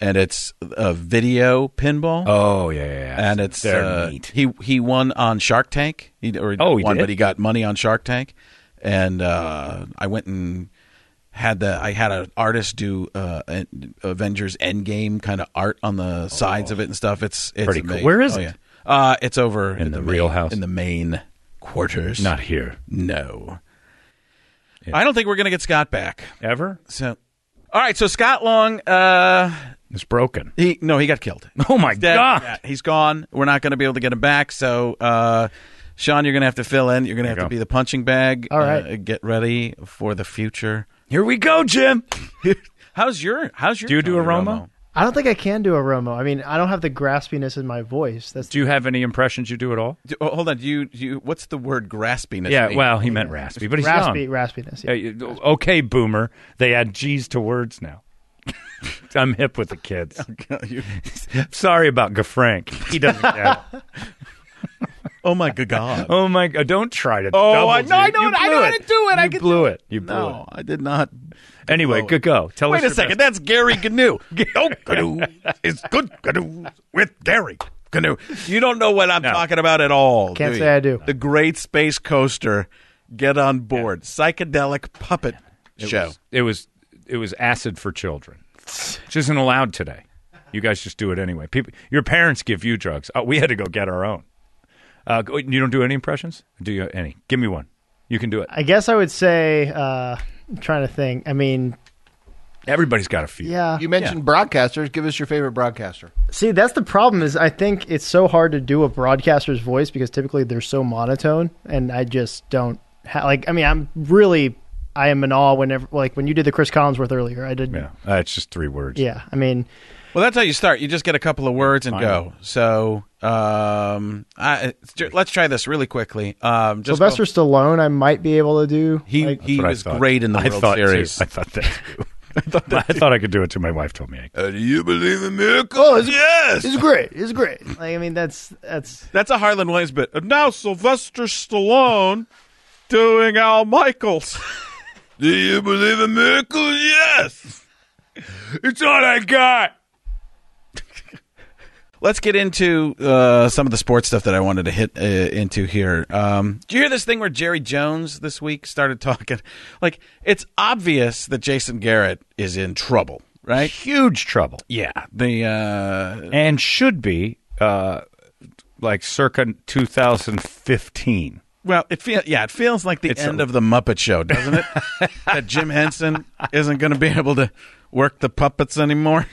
C: and it's a video pinball.
D: Oh yeah, yeah, yeah.
C: and it's
D: they're
C: uh,
D: neat.
C: he he won on Shark Tank. He or
D: Oh, he
C: won,
D: did?
C: but he got money on Shark Tank. And uh, I went and had the I had an artist do uh, an- Avengers Endgame kind of art on the sides of it and stuff. It's it's
D: Oh. Pretty cool.
C: amazing.
D: Where is
C: Oh,
D: it?
C: yeah. Uh, it's over in
D: the real house?
C: in the main quarters.
D: Not here
C: no. I don't think we're gonna get Scott back.
D: ever.
C: So, all right. So Scott Long, uh,
D: It's broken.
C: he no, he got killed.
D: Oh my
C: He's dead.
D: god!
C: Yeah, he's gone. We're not going to be able to get him back. So, uh, Sean, you're going to have to fill in. You're going to have
D: you
C: to
D: go.
C: be the punching bag.
H: All right.
C: Uh, get ready for the future.
D: Here we go, Jim.
C: How's your How's your
D: Do you do
C: Tony
D: aroma?
H: I don't think I can do a Romo. I mean, I don't have the graspiness in my voice. That's
D: Do you have any impressions you do at all?
C: Do- oh, hold on. Do you, do you what's the word graspiness?
D: Yeah.
C: mean?
D: Well, he meant raspy, but he's
H: raspy
D: young.
H: raspiness.
D: Uh,
H: Yeah.
D: you- okay, boomer. They add G's to words now. I'm hip with the kids.
C: You-
D: Sorry about Gefrank. He doesn't get it.
C: Oh my good god!
D: Oh my god! Don't try to.
C: Oh,
D: double
C: I- no,
D: do-
C: I know
D: you
C: it. I
D: blew
C: know how to do it. I
D: You
C: can
D: blew it. You blew
C: No, I did not.
D: it. Anyway, good go. Tell us.
C: Wait a
D: your
C: second.
D: best-
C: That's Gary Gnu.
A: No canoe is good canoe with Gary canoe.
C: You don't know what I'm talking about at all.
H: Can't
C: do
H: say
C: you?
H: I do.
C: The Great Space Coaster. Get on board. Psychedelic puppet show.
D: It was it was acid for children, which isn't allowed today. You guys just do it anyway. People, your parents give you drugs. Oh, we had to go get our own. Uh, go- you don't do any impressions? Do you any? Give me one. You can do it.
H: I guess I would say, uh, I'm trying to think. I mean,
D: Everybody's got a few.
H: yeah.
I: You mentioned broadcasters. Give us your favorite broadcaster.
H: See, that's the problem is I think it's so hard to do a broadcaster's voice because typically they're so monotone and I just don't ha- like I mean, I'm really I am in awe whenever like when you did the Chris Collinsworth earlier. I did
D: Yeah. Uh, it's just three words.
H: yeah. I mean,
C: Well, that's how you start. You just get a couple of words and go. So, um, I, let's try this really quickly. Um, just
H: Sylvester
C: go-
H: Stallone I might be able to do.
C: He
H: like,
C: he
D: That's what I
C: was
D: thought.
C: great in the
D: I
C: World
D: thought too.
C: Series.
D: I thought that. Too. I thought I thought I could do it too. My wife told me. I could.
A: Uh, do you believe in miracles? Yes.
H: He's great. He's great. Like I mean, that's that's
C: That's a Harlan Williams bit. And now Sylvester Stallone doing Al Michaels.
A: Do you believe in miracles? Yes. It's all I got.
C: Let's get into uh, some of the sports stuff that I wanted to hit uh, into here. Um, do you hear this thing where Jerry Jones this week started talking? Like, it's obvious that Jason Garrett is in trouble, right?
D: Huge trouble.
C: Yeah. The uh,
D: and should be uh, like circa 2015.
C: well, it feels yeah, it feels like the end of the Muppet Show, doesn't it? that Jim Henson isn't going to be able to work the puppets anymore.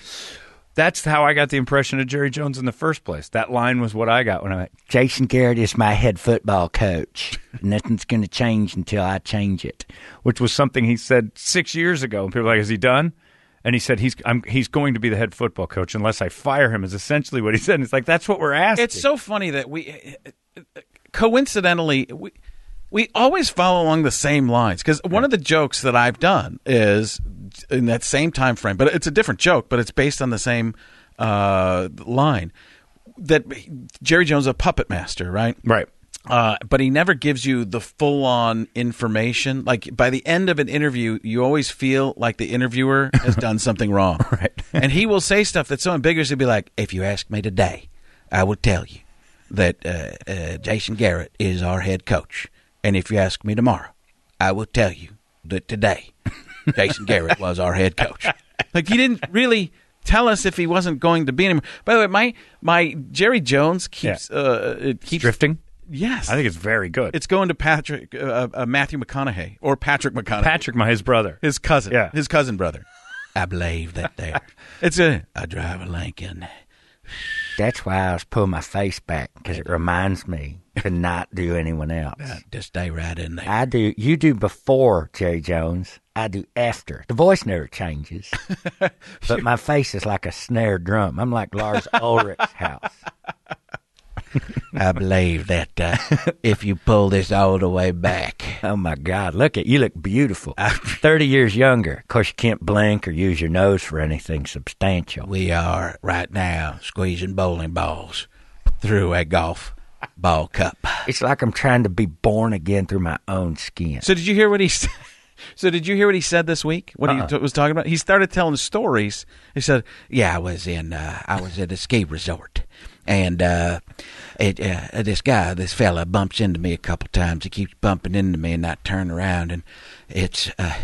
D: That's how I got the impression of Jerry Jones in the first place. That line was what I got when I went,
J: Jason Garrett is my head football coach. Nothing's going to change until I change it.
D: which was something he said six years ago. And people were like, "Is he done?" And he said, "He's I'm, he's going to be the head football coach unless I fire him." Is essentially what he said. And it's like that's what we're asking.
C: It's so funny that we coincidentally we we always follow along the same lines because one of the jokes that I've done is in that same time frame, but it's a different joke, but it's based on the same uh, line that Jerry Jones is a puppet master, right?
D: right.
C: Uh, but he never gives you the full on information. Like by the end of an interview, you always feel like the interviewer has done something wrong. right. and he will say stuff that's so ambiguous, he'll be like, if you ask me today, I will tell you that uh, uh, Jason Garrett is our head coach. And if you ask me tomorrow, I will tell you that today Jason Garrett was our head coach. Like he didn't really tell us if he wasn't going to be anymore. By the way, my my Jerry Jones keeps uh, it keeps
D: Drifting.
C: Yes,
D: I think it's very good.
C: it's going to Patrick uh, uh, Matthew McConaughey or Patrick McConaughey,
D: Patrick, my his brother.
C: his cousin,
D: Yeah.
C: his cousin brother. I believe that there. it's a I drive a Lincoln.
J: That's why I was pulling my face back because it reminds me to not do anyone else.
C: Just stay right in there.
J: I do. You do before Jerry Jones. I do after. The voice never changes, but my face is like a snare drum. I'm like Lars Ulrich's house.
G: I believe that uh, if you pull this all the way back,
J: Oh my God! Look at you. Look beautiful. Thirty years younger. Of course, you can't blink or use your nose for anything substantial.
G: we are right now squeezing bowling balls through a golf ball cup.
J: It's like I'm trying to be born again through my own skin.
C: So did you hear what he said? So did you hear what he said this week? What
D: Uh-uh.
C: he t- was talking about? He started telling stories. He said,
G: Yeah, I was in. Uh, I was at a ski resort, and uh, it, uh, this guy, this fella, bumps into me a couple times. He keeps bumping into me, and I turn around, and it's uh,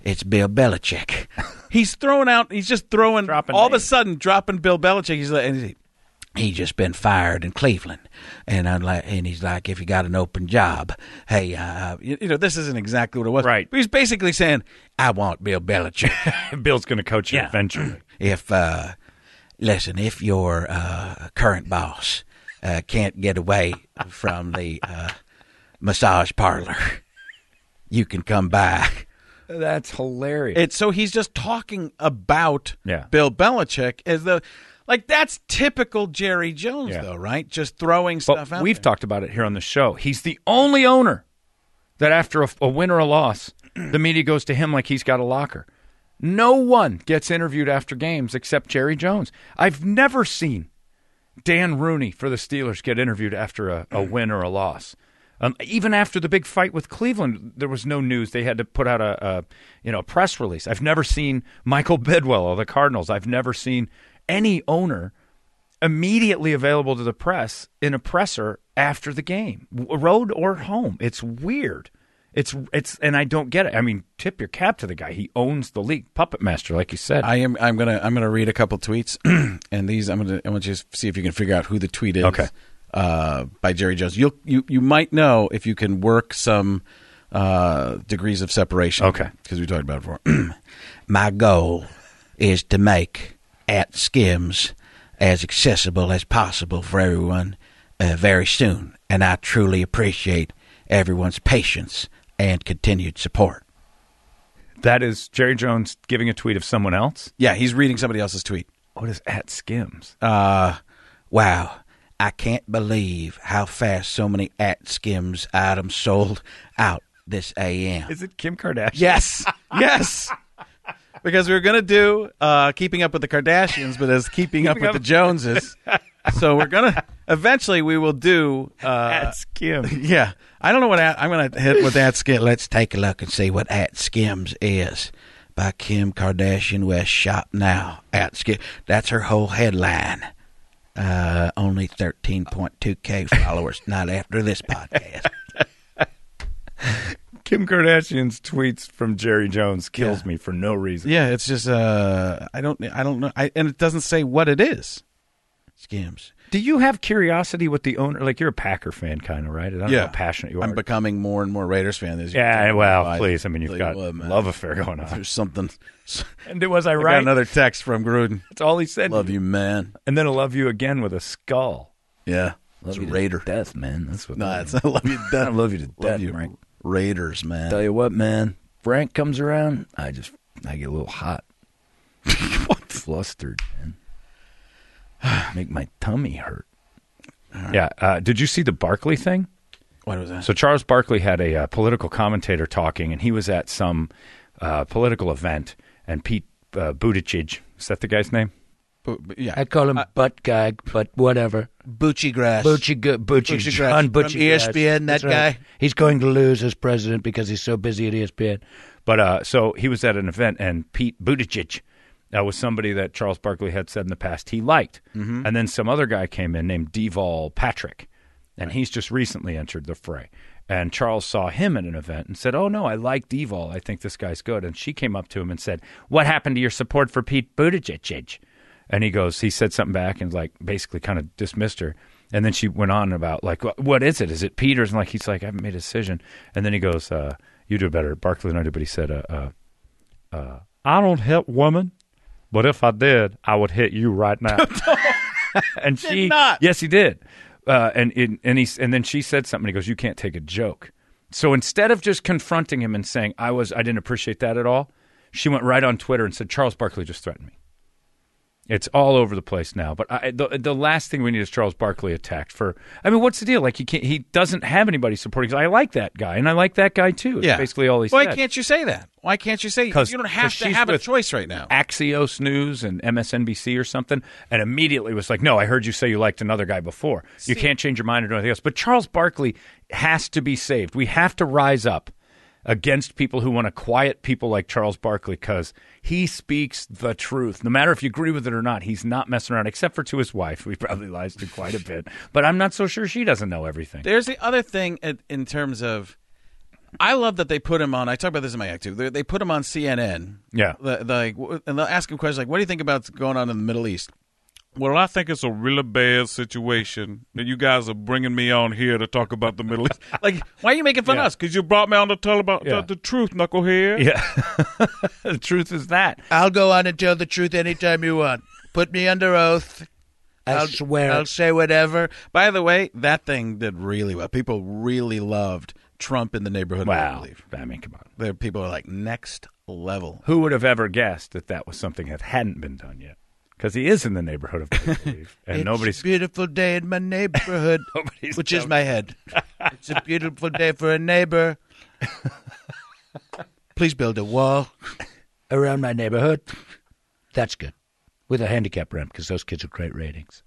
G: it's Bill Belichick.
C: he's throwing out. He's just throwing.
D: Dropping
C: all of a
D: names.
C: sudden, dropping Bill Belichick. He's like, and he's like,
G: he just been fired in Cleveland, and I'm like, and he's like, if you got an open job, hey, uh,
C: you, you know, this isn't exactly what it was.
D: Right.
C: But he's basically saying,
G: I want Bill Belichick.
D: Bill's going to coach you
C: Yeah.
D: eventually.
G: if uh listen if your uh current boss uh can't get away from the uh massage parlor you can come by
D: That's hilarious.
C: It's so he's just talking about
D: Yeah.
C: Bill Belichick as though, like that's typical Jerry Jones
D: Yeah.
C: though, right? Just throwing
D: but
C: stuff out.
D: we've
C: there.
D: talked about it here on the show. He's the only owner that after a, a win or a loss, the media goes to him like he's got a locker. No one gets interviewed after games except Jerry Jones. I've never seen Dan Rooney for the Steelers get interviewed after a,
C: Mm.
D: a win or a loss. Um, even after the big fight with Cleveland, there was no news. They had to put out a, a you know a press release. I've never seen Michael Bidwell of the Cardinals. I've never seen any owner immediately available to the press in a presser after the game, w- road or home. It's weird. It's it's and I don't get it. I mean, tip your cap to the guy. He owns the league, puppet master, like you said.
C: I am. I'm gonna. I'm gonna read a couple tweets, and these. I'm gonna. I want you to see if you can figure out who the tweet is.
D: Okay.
C: Uh, by Jerry Jones. You'll. You. You might know if you can work some uh, degrees of separation.
D: Okay.
C: Because we talked about it before.
G: My goal is to make at Skims as accessible as possible for everyone uh, very soon, and I truly appreciate everyone's patience and continued support.
D: That is Jerry Jones giving a tweet of someone else.
C: yeah, he's reading somebody else's tweet.
D: What is at Skims?
G: Uh, wow. I can't believe how fast so many at skims items sold out this AM.
D: Is it Kim Kardashian?
C: Yes. yes. Because we were going to do uh, Keeping Up with the Kardashians, but as Keeping, Up with
D: Up-
C: the Joneses. so we're going to eventually we will do. Uh,
D: At Skims.
C: yeah. I don't know what at, I'm going to hit with that
G: Let's get- let's take a look and see what at skims is by Kim Kardashian West Shop Now. At Skim that's her whole headline. Uh, only 13.2k followers. Not after this podcast.
D: Kim Kardashian's tweets from Jerry Jones kills me for no reason.
C: Yeah, it's just uh, I don't I don't know, I, and it doesn't say what it is.
G: Skims.
D: Do you have curiosity with the owner? Like you're a Packer fan, kind of right? I don't know how passionate you are.
C: I'm becoming more and more Raiders fan. As you
D: yeah,
C: continue
D: well,
C: by-
D: please. I mean, you've
C: Like,
D: got
C: well, man,
D: love affair going on.
C: There's something.
D: And it was I
C: I
D: right?
C: got another text from Gruden.
D: That's all he said.
C: Love you, man.
D: And then I love you again with a skull.
C: Yeah, it's
F: you to
C: Raider.
F: Death, man. That's what.
C: Nah, it's I love you.
F: I
C: Death.
F: love you to death,
C: Love you,
F: Frank.
C: Raiders, man.
F: Tell you what, man. Frank comes around, I just I get a little hot, flustered, man. Make my tummy hurt.
D: Yeah. Uh, did you see the Barkley thing?
C: What was that?
D: So Charles Barkley had a uh, political commentator talking, and he was at some uh, political event, and Pete uh, Buttigieg is that the guy's name?
C: But- but yeah,
J: I'd call him butt guy, but whatever.
G: Bucci Uh, Grass.
J: Butchie, Gu- Butchie,
G: Butchie
J: John
G: Grass
J: Butchie
G: from E
J: Grass.
G: ESPN, that
J: That's right.
G: guy.
J: He's going to lose as president because he's so busy at
D: E
J: ESPN.
D: But uh, so he was at an event, and Pete Buttigieg uh, was somebody that Charles Barkley had said in the past he liked, and then some other guy came in named Deval Patrick, and he's just recently entered the fray. And Charles saw him at an event and said, "Oh no, I like Deval. I think this guy's good." And she came up to him and said, "What happened to your support for Pete Buttigieg?" And he goes, he said something back and like basically kind of dismissed her. And then she went on about like, "Wh- what is it? Is it Peters? And like he's like, I haven't made a decision. And then he goes, uh, you do better, Barkley and I do. But he said, uh, uh, uh, I don't help women, but if I did, I would hit you right now. and she,
C: not.
D: yes, he did. Uh, and and and he s- and then she said something. He goes, you can't take a joke. So instead of just confronting him and saying I was I didn't appreciate that at all, she went right on Twitter and said Charles Barkley just threatened me. It's all over the place now. But I, the the last thing we need is Charles Barkley attacked for. I mean, what's the deal? Like he can't, he doesn't have anybody supporting. 'Cause I like that guy, and I like that guy too. It's
C: yeah.
D: basically all he
C: Why
D: said.
C: can't you say that? Why can't you say you
D: 'Cause-
C: don't
D: 'cause
C: have to
D: she's
C: have a
D: with-
C: choice right now?
D: Axios News and MSNBC or something, and immediately was like, "No, I heard you say you liked another guy before. you can't change your mind or do anything else." But Charles Barkley has to be saved. We have to rise up against people who want to quiet people like Charles Barkley because he speaks the truth. No matter if you agree with it or not, he's not messing around. Except for to his wife, we probably lies to quite a bit. But I'm not so sure she doesn't know everything.
C: There's the other thing in- in terms of. I love that they put him on. I talk about this in my act too. They, they put him on CNN.
D: Yeah.
C: The, the, like, w- and they'll ask him questions like, "What do you think about going on in the Middle East?"
K: Well, I think it's a really bad situation that you guys are bringing me on here to talk about the Middle East.
C: Like, why are you making fun of us?
K: Because you brought me on to tell about
D: Yeah.
K: the, the truth, knucklehead.
D: yeah, the truth is that.
G: I'll go on and tell the truth anytime you want. Put me under oath.
J: I swear.
G: I'll say whatever.
C: By the way, that thing did really well. People really loved Trump in the neighborhood. where I
D: Wow,
C: believe
D: I mean, come on.
C: there people are like next level.
D: Who would have ever guessed that that was something that hadn't been done yet? Because he is in the neighborhood of make believe, and
G: It's
D: nobody's
G: a beautiful day in my neighborhood,
D: Nobody's
G: which is my head. It's a beautiful day for a neighbor. Please build a wall.
J: around my neighborhood. That's good. With a handicap ramp because those kids are great ratings.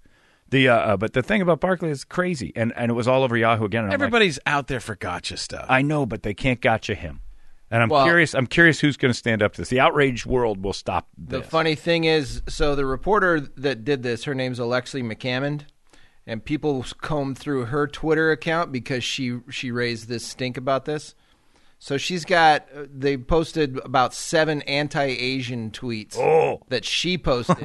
D: The uh, uh, but the thing about Barkley is crazy, and and it was all over Yahoo again. and I'm like,
C: Everybody's out there for gotcha stuff.
D: I know, but they can't gotcha him. And I'm
I: Well-
D: curious. I'm curious who's going to stand up to this. The outraged world will stop
I: The
D: this.
I: funny thing is, so the reporter that did this, her name's Alexi McCammond, and people combed through her Twitter account because she she raised this stink about this. So she's got uh, they posted about seven anti-Asian tweets
F: Oh.
I: that she posted.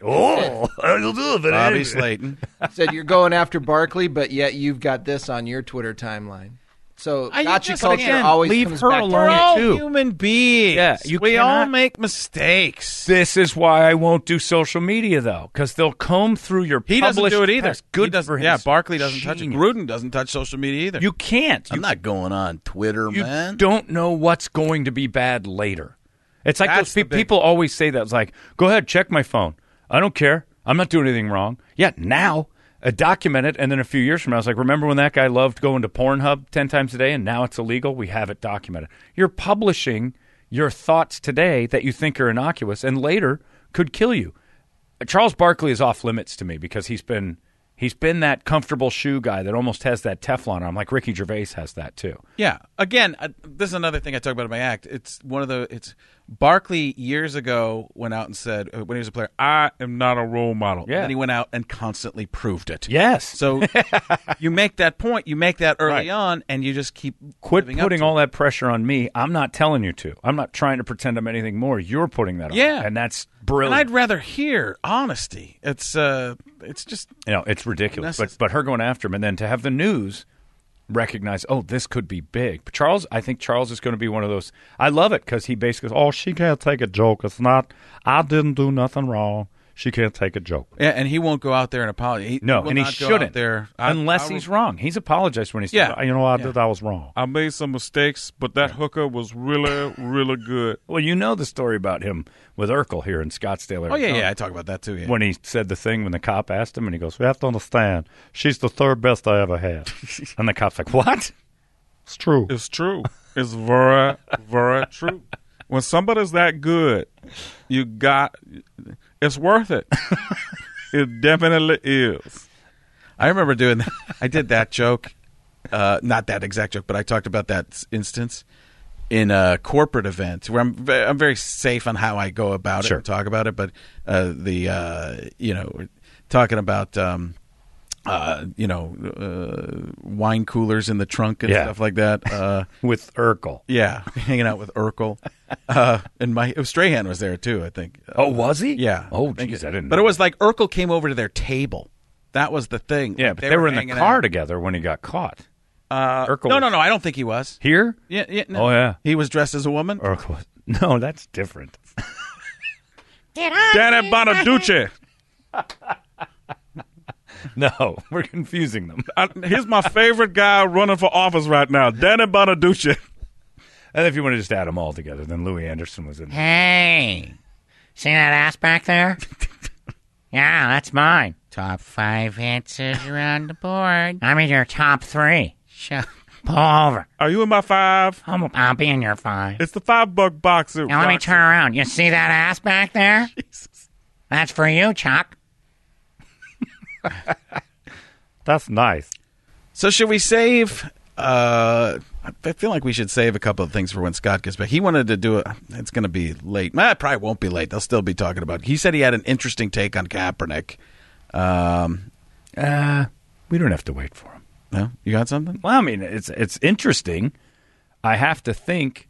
F: Oh, I'll do it, but Bobby anyway. Slayton.
I: said you're going after Barkley, but yet you've got this on your Twitter timeline. So
C: I-
I: gotcha
C: yes,
I: culture
C: again,
I: always
C: leave
I: comes
C: her
I: back to
C: alone,
I: me.
C: too. human beings.
D: Yeah, you
C: We
D: cannot-
C: all make mistakes.
D: This is why I won't do social media though, because they'll comb through your.
C: He doesn't
D: published
C: do it either.
D: text. Good
C: he doesn't,
D: for him.
C: Yeah, Barkley doesn't touch it.
D: Genius.
C: Gruden doesn't touch social media either.
D: You can't.
C: I'm not going on Twitter,
D: you don't know what's going to be bad later. It's like
C: That's
D: those
C: the
D: pe- people always say that. It's like, go ahead, check my phone. I don't care. I'm not doing anything wrong. Yeah, now uh, document it, and then a few years from now, it's like, remember when that guy loved going to Pornhub ten times a day, and now it's illegal. We have it documented. You're publishing your thoughts today that you think are innocuous, and later could kill you. Uh, Charles Barkley is off limits to me because he's been he's been that comfortable shoe guy that almost has that Teflon. on. like Ricky Gervais has that too.
C: Yeah. Again, I, this is another thing I talk about in my act. It's one of the. It's Barkley years ago went out and said uh, when he was a player, I am not a role model.
D: Yeah.
C: And then he went out and constantly proved it.
D: Yes.
C: So you make that point. You make that early on, and you just keep
D: Quit
C: living up
D: putting
C: to
D: all that pressure on me. I'm not telling you to. I'm not trying to pretend I'm anything more. You're putting that on.
C: Yeah.
D: And that's
C: it. And
D: brilliant.
C: I'd rather hear honesty. It's uh, it's just
D: you know, it's ridiculous. But, but her going after him and then to have the news recognize, oh, this could be big. But Charles, I think Charles is going to be one of those. I love it because he basically goes, oh, she can't take a joke. It's not, I didn't do nothing wrong. She can't take a joke.
C: yeah, and he won't go out there and apologize. He,
D: No,
C: will
D: and he
C: not go out
D: shouldn't.
C: there
D: unless he's wrong. He's apologized when he's
K: Yeah.
D: you know, I did, I was wrong.
K: I made some mistakes, but that hooker was really, really good.
D: Well, you know the story about him with Urkel here in Scottsdale.
C: Oh, yeah,
D: Arizona.
C: yeah, I talk about that too, yeah.
D: When he said the thing when the cop asked him, and he goes, "We have to understand, she's the third best I ever had." and the cop's like, "What?" It's true.
K: It's true. It's very, very true. When somebody's that good, you got it's worth it. it definitely is.
C: I remember doing that. I did that joke, uh, not that exact joke, but I talked about that s- instance in a corporate event where I'm ve- I'm very safe on how I go about it and talk about it. But uh, the uh, you know we're talking about um, uh, you know uh, wine coolers in the trunk and
D: Yeah.
C: stuff like that uh,
D: with Urkel.
C: Yeah, hanging out with Urkel. Uh, and my Strahan was there too, I think. Uh,
D: Oh, was he?
C: Yeah.
D: Oh,
C: think
D: geez,
C: it-
D: I didn't
C: But
D: know.
C: it was like Urkel came over to their table. That was the thing.
D: Yeah,
C: Like,
D: but they, were, in the
C: hanging
D: car
C: out.
D: together when he got caught.
C: Uh,
D: Urkel
C: No,
D: was-
C: no, no. I don't think he was
D: Here?
C: Yeah, yeah. no.
D: Oh yeah.
C: He was dressed as a woman.
D: Urkel. was- No, that's different.
K: Danny Bonaduce.
D: No, we're confusing them.
K: I, he's my favorite guy running for office right now, Danny Bonaduce.
D: And if you want to just add them all together, then Louis Anderson was in. there.
L: Hey, see that ass back there? yeah, that's mine. Top five answers around the board. I'm in your top three. Sure. Pull over.
K: Are you in my five?
L: I'm, I'll be in your five.
K: It's the five buck boxer.
L: Now let me turn around. You see that ass back there? Jesus. That's for you, Chuck.
D: That's nice.
C: So should we save? Uh, I feel like we should save a couple of things for when Scott gets back. He wanted to do it. It's going to be late. Nah, it probably won't be late. They'll still be talking about. It. He said he had an interesting take on Kaepernick. Um,
D: uh, we don't have to wait for him.
C: No, you got something?
D: Well, I mean, it's it's interesting. I have to think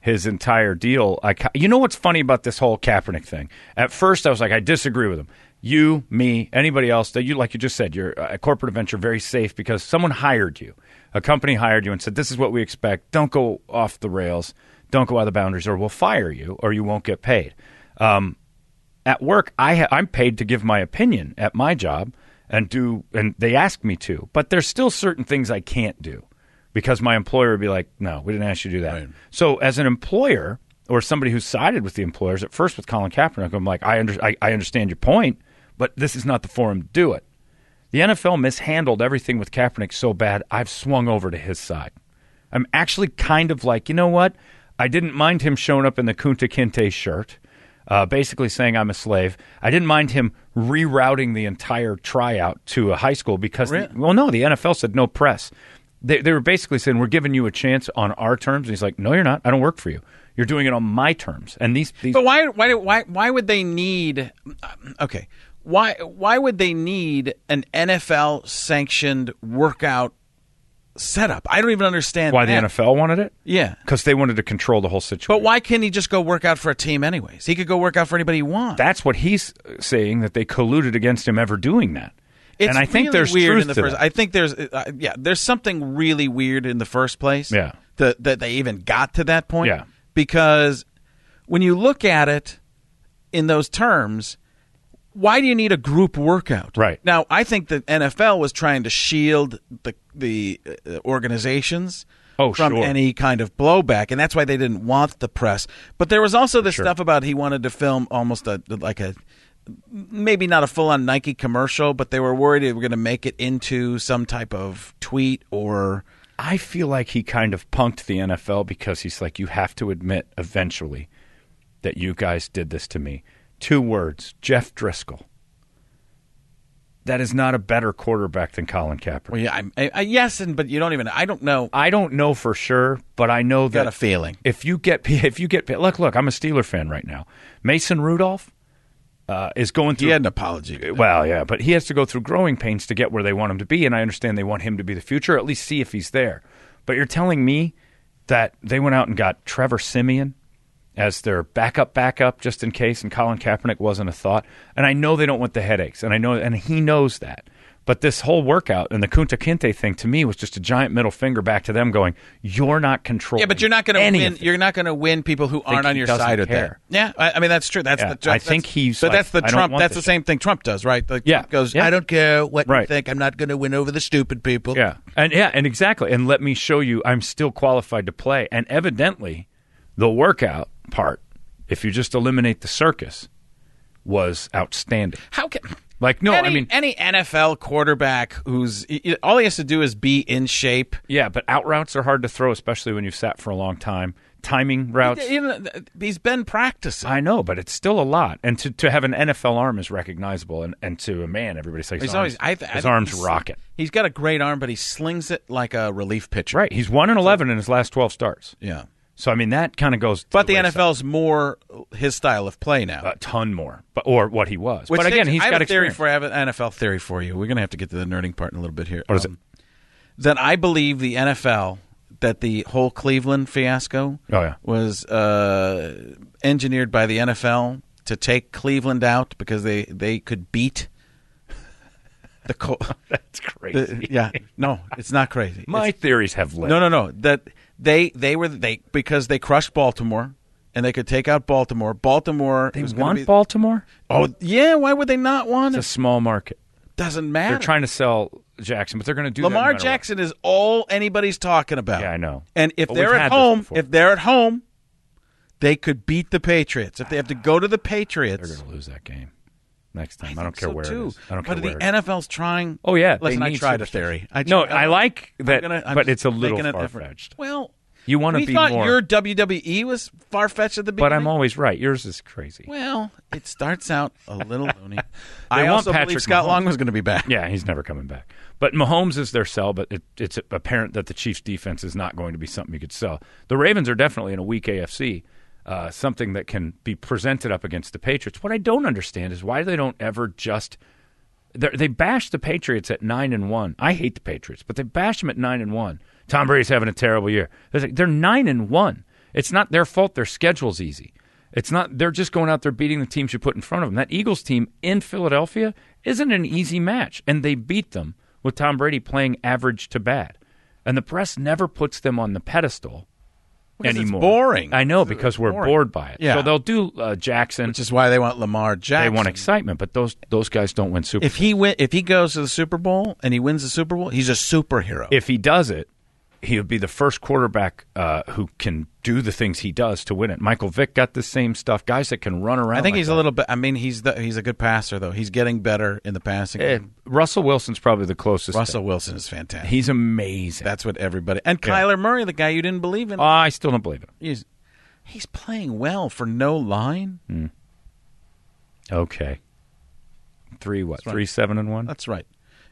D: his entire deal. I ca- you know what's funny about this whole Kaepernick thing? At first, I was like, I disagree with him. You, me, anybody else that you like you just said, you're a corporate venture, very safe because someone hired you, a company hired you and said, this is what we expect. Don't go off the rails. Don't go out of the boundaries, or we'll fire you, or you won't get paid. Um, at work I ha- I'm paid to give my opinion at my job and do and they ask me to but there's still certain things I can't do because my employer would be like no we didn't ask you to do that so as an employer or somebody who sided with the employers at first with Colin Kaepernick I'm like I, under- I, I understand your point but this is not the forum to do it the NFL mishandled everything with Kaepernick so bad I've swung over to his side I'm actually kind of like you know what I didn't mind him showing up in the Kunta Kinte shirt uh, basically saying I'm a slave. I didn't mind him rerouting the entire tryout to a high school because,
C: Really?
D: well, no, the NFL said no press. They, they were basically saying we're giving you a chance on our terms. And he's like, no, you're not. I don't work for you. You're doing it on my terms. And these, these
C: But why why why why would they need? Okay, why why would they need an NFL sanctioned workout setup? I don't even understand
D: why
C: that.
D: the NFL wanted it?
C: Yeah.
D: because they wanted to control the whole situation.
C: But why can't he just go work out for a team anyways? He could go work out for anybody he wants.
D: That's what he's saying that they colluded against him ever doing that.
C: It's
D: and I think
C: really
D: there's
C: weird
D: truth
C: in the
D: to
C: first.
D: that.
C: I think there's uh, yeah, there's something really weird in the first place.
D: Yeah.
C: that that they even got to that point.
D: Yeah.
C: because when you look at it in those terms, why do you need a group workout? Right now, I think the NFL was trying to shield the the uh, organizations.
D: Oh,
C: from
D: sure.
C: any kind of blowback, and that's why they didn't want the press. But there was also this stuff about he wanted to film almost a like a maybe not a full on Nike commercial, but they were worried they were going to make it into some type of tweet or.
D: I feel like he kind of punked the NFL because he's like, you have to admit eventually that you guys did this to me. Two words Jeff Driscoll. That is not a better quarterback than Colin Kaepernick.
C: Well, yeah, I'm, I, I, yes, and but you don't even. I don't know.
D: I don't know for sure, but I know that
C: Got a feeling.
D: If you get if you get look look, I'm a Steeler fan right now. Mason Rudolph uh, is going through. He had
C: an apology.
D: Well, Oh, yeah, but he has to go through growing pains to get where they want him to be, and I understand they want him to be the future, at least see if he's there. But you're telling me that they went out and got Trevor Simeon as their backup, backup, just in case, and Colin Kaepernick wasn't a thought. And I know they don't want the headaches, and I know, and he knows that. But this whole workout and the Kunta Kinte thing to me was just a giant middle finger back to them, going, "You're not controlling."
C: Yeah, but you're not going to
D: any
C: win.
D: of
C: You're not going to win people who aren't
D: he
C: on your
D: doesn't
C: side with
D: care.
C: that. Yeah, I, I mean that's true. That's
D: Yeah,
C: the.
D: I
C: that's-
D: think he's
C: But
D: like,
C: that's the
D: "I don't
C: Trump.
D: want
C: That's
D: this
C: the same thing Trump does, right? Like,
D: Yeah,
C: Trump goes.
D: yeah.
C: I don't care Uh, what you
D: Right.
C: think. I'm not going to win over the stupid people.
D: Yeah, and yeah, and exactly. And let me show you, I'm still qualified to play. And evidently, the workout part, if you just eliminate the circus, was outstanding.
C: How can?
D: Like, no,
C: any,
D: I mean,
C: any NFL quarterback who's y- y- all he has to do is be in shape.
D: yeah, but out routes are hard to throw, especially when you've sat for a long time. Timing routes.
C: You know, th- He's been practicing.
D: I know, but it's still a lot. And to, to have an NFL arm is recognizable, and, and to a man, everybody's like,
C: He's
D: his
C: always.
D: arms,
C: I th- I
D: his
C: think
D: arms
C: he's-
D: rocket.
C: He's got a great arm, but he slings it like a relief pitcher.
D: Right, he's one and eleven in his last twelve starts.
C: Yeah.
D: So I mean, that kind of goes. to
C: But the
D: wayside.
C: NFL's more his style of play now.
D: A ton more, but or what he was.
C: Which
D: but again,
C: things-
D: he's
C: I have
D: got
C: a theory
D: experience.
C: for I have an NFL theory for you. We're going to have to get to the nerding part in a little bit here.
D: What is
C: it? That I believe the NFL that the whole Cleveland fiasco
D: Oh, yeah.
C: was uh, engineered by the NFL to take Cleveland out because they they could beat the Col-
D: That's crazy.
C: yeah, no, it's not crazy.
D: My
C: It's-
D: theories have legs.
C: No, no, no. That they they were they because they crushed Baltimore and they could take out Baltimore. Baltimore
D: They
C: was gonna
D: want
C: be-
D: Baltimore?
C: Oh yeah, why would they not want
D: It's
C: it?
D: a small market.
C: Doesn't matter.
D: They're trying to sell Jackson, but they're going to do that no
C: Lamar
D: matter what.
C: Jackson is all anybody's talking about.
D: Yeah, I know.
C: And if
D: But
C: they're
D: we've
C: at
D: had this
C: home,
D: before.
C: if they're at home, they could beat the Patriots. If they have to go to the Patriots,
D: They're going to lose that game next time. I, don't care
C: so
D: where
C: too.
D: it is. I don't
C: but
D: care where.
C: the
D: it is.
C: NFL's trying.
D: Oh yeah,
C: listen,
D: they
C: I
D: need
C: tried a
D: superstars.
C: theory. I
D: no,
C: tried-
D: I like that,
C: gonna- I'm
D: but it's a little
C: making an
D: far
C: effort.
D: fetched.
C: Well,
D: You wanna
C: we
D: be
C: thought
D: more-
C: Your WWE was far fetched at the beginning,
D: But I'm always right. Yours is crazy.
C: Well, it starts out a little loony.
D: They
C: I
D: want
C: also
D: Patrick
C: believe Scott
D: Mahomes.
C: Long was going to be back.
D: Yeah, he's never coming back. But Mahomes is their sell, but it, it's apparent that the Chiefs' defense is not going to be something you could sell. The Ravens are definitely in a weak AFC, uh, something that can be presented up against the Patriots. What I don't understand is why they don't ever just. they're- They bash the Patriots at nine and one. I hate the Patriots, but they bash them at nine and one. Tom Brady's having a terrible year. It's like, They're nine and one. It's not their fault. Their schedule's easy. It's not they're just going out there beating the teams you put in front of them. That Eagles team in Philadelphia isn't an easy match, and they beat them with Tom Brady playing average to bad. And the press never puts them on the pedestal
C: Because it's
D: anymore.
C: boring.
D: I know because we're
C: boring.
D: bored by it.
C: Yeah.
D: So they'll do uh, Jackson, which
C: is why they want Lamar Jackson.
D: They want excitement, but those those guys don't win Super.
C: If he win, if he goes to the Super Bowl and he wins the Super Bowl, he's a superhero.
D: if he does it, he would be the first quarterback uh, who can do the things he does to win it. Michael Vick got the same stuff. Guys that can run around.
C: I think
D: like
C: he's a little bit. I mean, he's the, he's a good passer though. He's getting better in the passing.
D: Eh,
C: game.
D: Russell Wilson's probably the closest.
C: Russell Wilson is fantastic.
D: He's amazing.
C: That's what everybody and
D: Yeah. Oh,
C: Kyler Murray, the guy you didn't believe in.
D: I still don't believe it.
C: he's, he's playing well for no line.
D: Okay. Three what?
C: That's right.
D: Three seven and one.
C: That's right.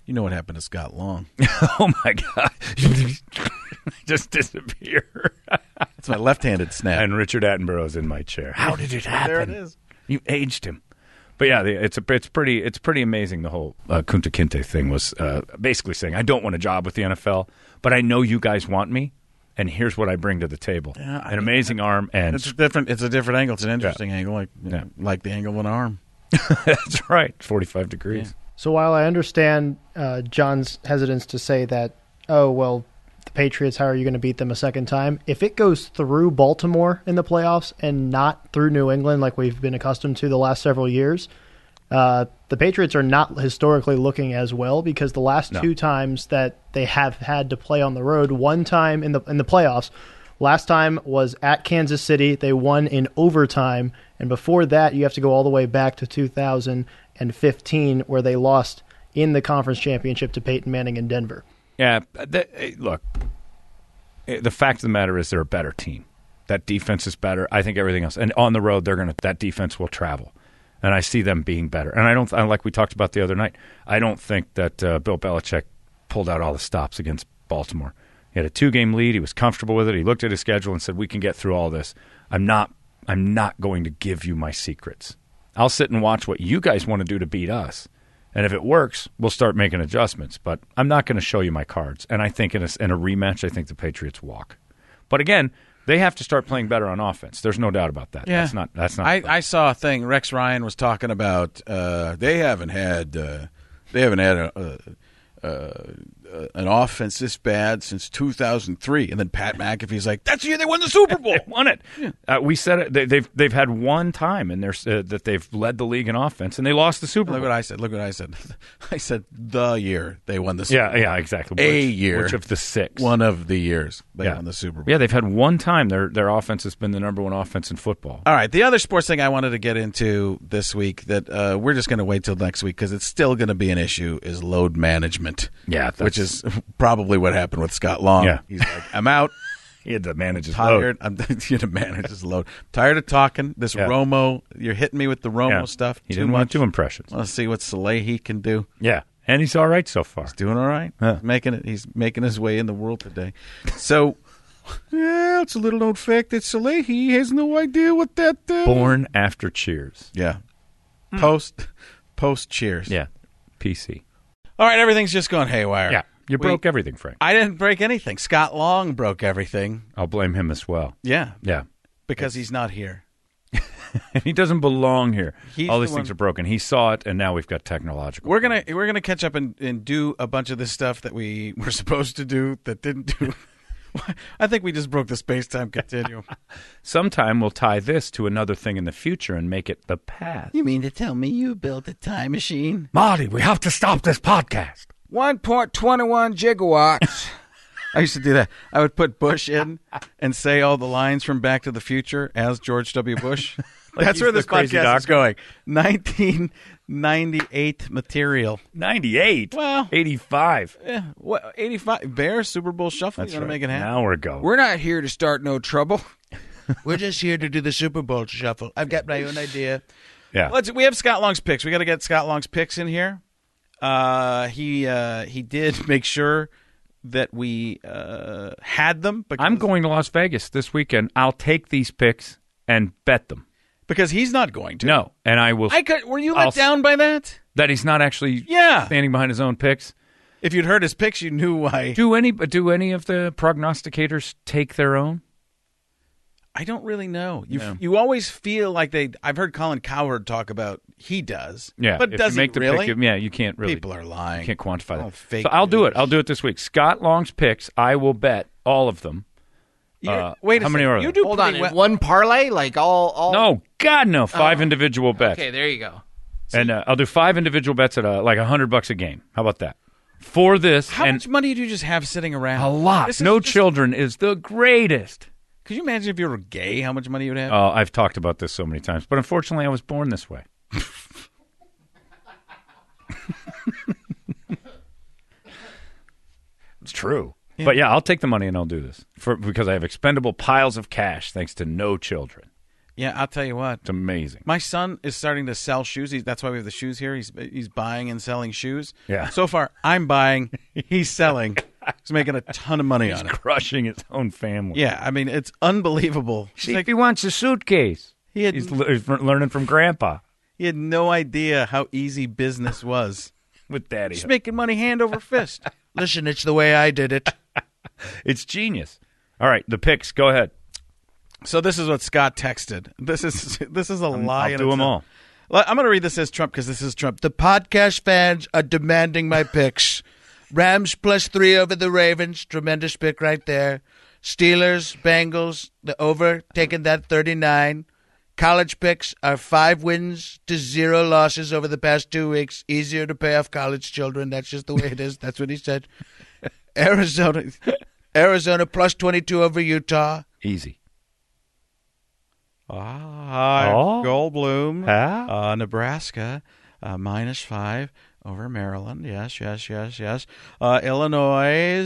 C: You know what happened to Scott Long?
D: oh my god! Just disappear.
C: It's my left-handed snap.
D: And Richard Attenborough's in my chair. How did it happen?
C: There it is.
D: You aged him. But yeah, the- it's a, it's pretty it's pretty amazing. The whole uh, Kunta Kinte thing was uh, basically saying, I don't want a job with the NFL, but I know you guys want me, and here's what I bring to the table:
C: Yeah, I
D: an amazing arm and
C: It's a different. It's a different angle. It's an interesting angle, like like the angle of an arm.
D: That's right. 45 degrees.
H: So while I understand uh, John's hesitance to say that, oh, well, the Patriots, how are you going to beat them a second time? If it goes through Baltimore in the playoffs and not through New England like we've been accustomed to the last several years, uh, the Patriots are not historically looking as well because the last
D: No.
H: two times that they have had to play on the road, one time in the in the playoffs, last time was at Kansas City. They won in overtime, and before that, you have to go all the way back to 2015 where they lost in the conference championship to Peyton Manning in Denver.
D: Yeah, that, eh, look, eh, the fact of the matter is they're a better team. That defense is better. I think everything else, and on the road they're gonna that defense will travel, and I see them being better. And I don't I, like we talked about the other night. I don't think that uh, Bill Belichick pulled out all the stops against Baltimore. He had a two game lead. He was comfortable with it. He looked at his schedule and said, "We can get through all this. I'm not I'm not going to give you my secrets. I'll sit and watch what you guys want to do to beat us." And if it works, we'll start making adjustments. But I'm not going to show you my cards. And I think in a, in a rematch, I think the Patriots walk. But again, they have to start playing better on offense. There's no doubt about that. That's not. That's not.
C: I, I saw a Oh, thing. Rex Ryan was talking about. Uh, they haven't had. Uh, they haven't had a, a, a, an offense this bad since 2003. And then Pat McAfee's like, "That's the year they won the Super Bowl."
D: won it. Uh, we said it. They, they've they've had one time in their s- uh, that they've led the league in offense, and they lost the Super
C: Look
D: Bowl.
C: what I said. Look what I said. I said the year they won the. Super
D: Yeah,
C: Bowl.
D: yeah, exactly.
C: A
D: Which-
C: year.
D: which of the six?
C: One of the years they
D: Yeah.
C: won the Super Bowl.
D: Yeah, they've had one time. Their their offense has been the number one offense in football.
C: All right, the other sports thing I wanted to get into this week that uh, we're just going to wait till next week because it's still going to be an issue is load management.
D: Yeah, that's-
C: which is probably what happened with Scott Long.
D: Yeah.
C: he's like, I'm out.
D: He had to manage his
C: Tired. I'm you to manage this load. Tired of talking. This
D: Yeah.
C: Romo, you're hitting me with the Romo
D: Yeah.
C: stuff.
D: He
C: too
D: didn't
C: much.
D: want to do impressions.
C: Want to see what Salehi can do?
D: Yeah, and he's all right so far.
C: Doing all right.
D: Yeah.
C: He's making it. He's making his way in the world today. So, yeah, it's a little known fact that Salehi has no idea what that. Uh,
D: Born after Cheers.
C: Yeah. Mm. Post post cheers.
D: Yeah, PC.
C: All right, everything's just going haywire.
D: Yeah, you
C: We-
D: broke everything, Frank.
C: I didn't break anything. Scott Long broke everything.
D: I'll blame him as well.
C: Yeah.
D: Yeah.
C: Because he's not here.
D: he doesn't belong here.
C: He's
D: All these
C: the
D: things
C: one-
D: are broken. He saw it, and now we've got technological.
C: We're gonna we're gonna catch up and, and do a bunch of this stuff that we were supposed to do that didn't do. I think we just broke the space time continuum.
D: Sometime we'll tie this to another thing in the future and make it the past.
G: You mean to tell me you built a time machine?
J: Marty, we have to stop this podcast.
I: 1.21 gigawatts.
C: I used to do that. I would put Bush in and say all the lines from Back to the Future as George W. Bush. That's
D: he's
C: where
D: the
C: this
D: crazy
C: podcast
D: doc.
C: is going. 1998 material.
D: Ninety-eight.
C: Well-
D: eighty-five.
C: Yeah, what 85 Bear Super Bowl shuffle?
D: That's
C: you want
D: right.
C: to make it
D: An
C: happen?
D: hour ago.
I: We're not here to start no trouble.
G: We're just here to do the Super Bowl shuffle. I've got my own idea.
D: yeah.
C: Let's we have Scott Long's picks. We got to get Scott Long's picks in here. Uh he uh he did make sure that we uh had them because
D: I'm going to Las Vegas this weekend. I'll take these picks and bet them.
C: because he's not going to.
D: No, and I will.
C: I could were you let
D: I'll s-
C: down by that?
D: that he's not actually
C: Yeah.
D: standing behind his own picks.
C: If you'd heard his picks, you knew why.
D: Do any do any of the prognosticators take their own?
C: I don't really know. You you always feel like they I've heard Colin Cowhard talk about he does.
D: Yeah,
C: But
D: if
C: does
D: you make
C: he
D: the
C: really?
D: pick? Yeah, you can't really.
C: People are lying.
D: You can't quantify
C: Oh,
D: that.
C: fake
D: so I'll do
C: news.
D: it. I'll do it this week. Scott Long's picks. I will bet all of them.
C: You-
D: Uh,
C: wait a
D: how many
C: second.
D: are
C: you
D: there?
C: do
I: Hold on,
C: pretty
I: in
C: well.
I: one parlay, like all all.
D: No, God, no. Five individual bets,
I: Okay, there you go.
D: and uh, I'll do five individual bets at uh, like a hundred bucks a game. How about that? For this
C: How
D: and
C: much money do you just have sitting around?
D: a lot.
C: This is
D: No
C: just-
D: children is the greatest.
C: Could you imagine if you were gay, how much money you'd have?
D: Oh, I've talked about this so many times, but unfortunately, I was born this way. it's true. But yeah, I'll take the money and I'll do this for, because I have expendable piles of cash thanks to no children.
C: Yeah, I'll tell you what.
D: It's amazing.
C: My son is starting to sell shoes. He's, that's why we have the shoes here. He's he's buying and selling shoes.
D: Yeah.
C: So far, I'm buying. He's selling. he's making a ton of money
D: He's
C: on it.
D: crushing his own family.
C: Yeah, I mean it's unbelievable.
D: See if he wants a suitcase.
C: He had,
D: He's le- he's learning from grandpa.
C: He had no idea how easy business was
D: with daddy.
C: Just making money hand over fist.
G: Listen, it's the way I did it.
D: it's genius. All right, the picks. Go ahead.
C: So this is what Scott texted. This is this is a lie.
D: I'll
C: in
D: do 'em
C: itself. Well, I'm going to read this as Trump because this is Trump.
G: The podcast fans are demanding my picks. Rams plus three over the Ravens. Tremendous pick right there. Steelers, Bengals, the over, taking that 39. College picks are five wins to zero losses over the past two weeks. Easier to pay off college children. That's just the way it is. That's what he said. Arizona, Arizona plus 22 over Utah.
D: Easy.
C: Ah,
D: Oh.
C: Goldblum.
D: Ah.
C: Uh, Nebraska, uh, minus five over Maryland. Yes, yes, yes, yes. Uh, Illinois,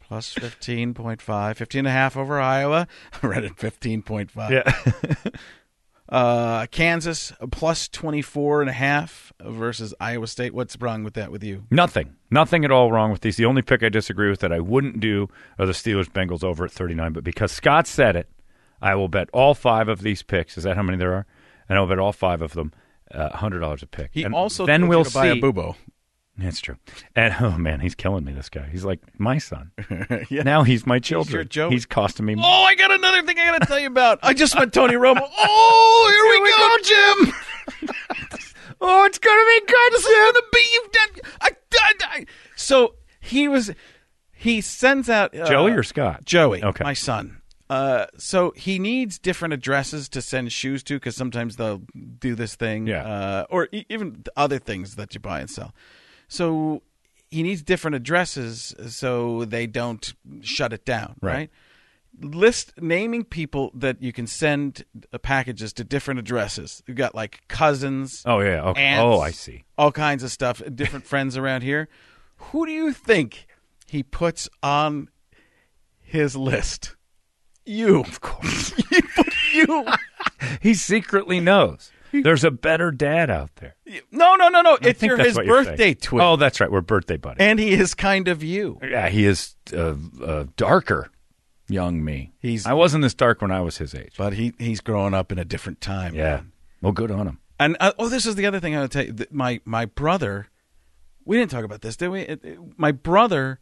C: plus 15.5. 15 and a half over Iowa. I read it 15.5.
D: Yeah.
C: uh, Kansas, plus 24 and a half versus Iowa State. What's wrong with that with you?
D: Nothing. Nothing at all wrong with these. The only pick I disagree with that I wouldn't do are the Steelers Bengals over at 39. But because Scott said it, I will bet all five of these picks. Is that how many there are? And I'll bet all five of them uh, $100 a pick.
C: He
D: And
C: also
D: then
C: told
D: we'll
C: you to buy a
D: see-
C: Bubo.
D: That's true. And oh man, he's killing me. This guy. He's like my son. Now he's my children.
C: your Joey.
D: He's costing me.
C: Oh, I got another thing I got to tell you about. I just went Tony Romo. Oh, here, we, go, Jim.
L: Oh, it's gonna be good.
C: This is gonna be you've done. I, I, I- So he was. He sends out uh,
D: Joey or Scott?
C: Joey,
D: Okay.
C: my son. Uh, so he needs different addresses to send shoes to because sometimes they'll do this thing, yeah. uh, or e- even the other things that you buy and sell. So he needs different addresses so they don't shut it down,
D: Right.
C: right? List naming people that you can send uh, packages to different addresses. You've got like cousins.
D: Oh, yeah. Okay.
C: aunts,
D: Oh, I see.
C: All kinds of stuff. Different friends around here. Who do you think he puts on his list? You, of course. you.
D: he secretly knows. There's a better dad out there.
C: No, no, no, no.
D: I
C: It's
D: think
C: your,
D: that's
C: his
D: what you're saying.
C: birthday twin,
D: Oh, that's right. We're birthday buddies.
C: and he is kind of you.
D: Yeah, he is uh, uh, darker, young me. He's I wasn't this dark when I was his age,
C: but he he's growing up in a different time.
D: Yeah, well, good on him.
C: And uh, oh, this is the other thing I want to tell you. Th- My my brother, we didn't talk about this, did we? It- it- my brother,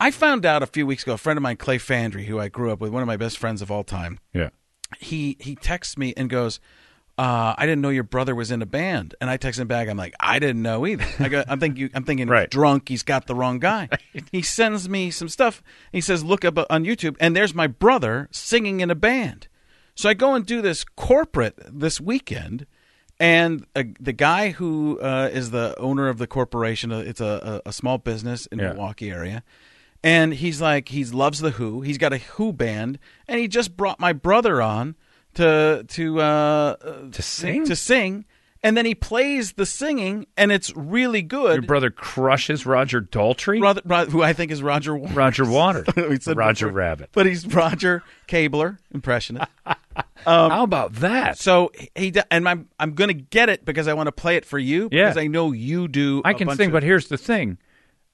C: I found out a few weeks ago. A friend of mine, Clay Fandry, who I grew up with, one of my best friends of all time.
D: Yeah.
C: He he texts me and goes, uh, "I didn't know your brother was in a band." And I text him back. I'm like, "I didn't know either." I go, "I'm thinking I'm thinking he's drunk. He's got the wrong guy." He sends me some stuff. He says, "Look up on YouTube," and there's my brother singing in a band. So I go and do this corporate this weekend, and uh, the guy who uh, is the owner of the corporation, uh, it's a, a, a small business in
D: Yeah.
C: Milwaukee area, and he's like he loves the Who. He's got a Who band, and he just brought my brother on to to uh, to
D: sing?
C: to sing, and then he plays the singing, and it's really good.
D: Your brother crushes Roger Daltrey,
C: Brother, brother, who I think is Roger Waters.
D: Roger Waters,
C: We said
D: Roger
C: before.
D: Rabbit.
C: but he's Roger Cabler, impressionist.
D: How about that?
C: Um, So he d- and I'm I'm gonna get it because I want to play it for you.
D: Yeah.
C: because I know you do.
D: I
C: a
D: can
C: bunch
D: sing,
C: of-
D: but here's the thing: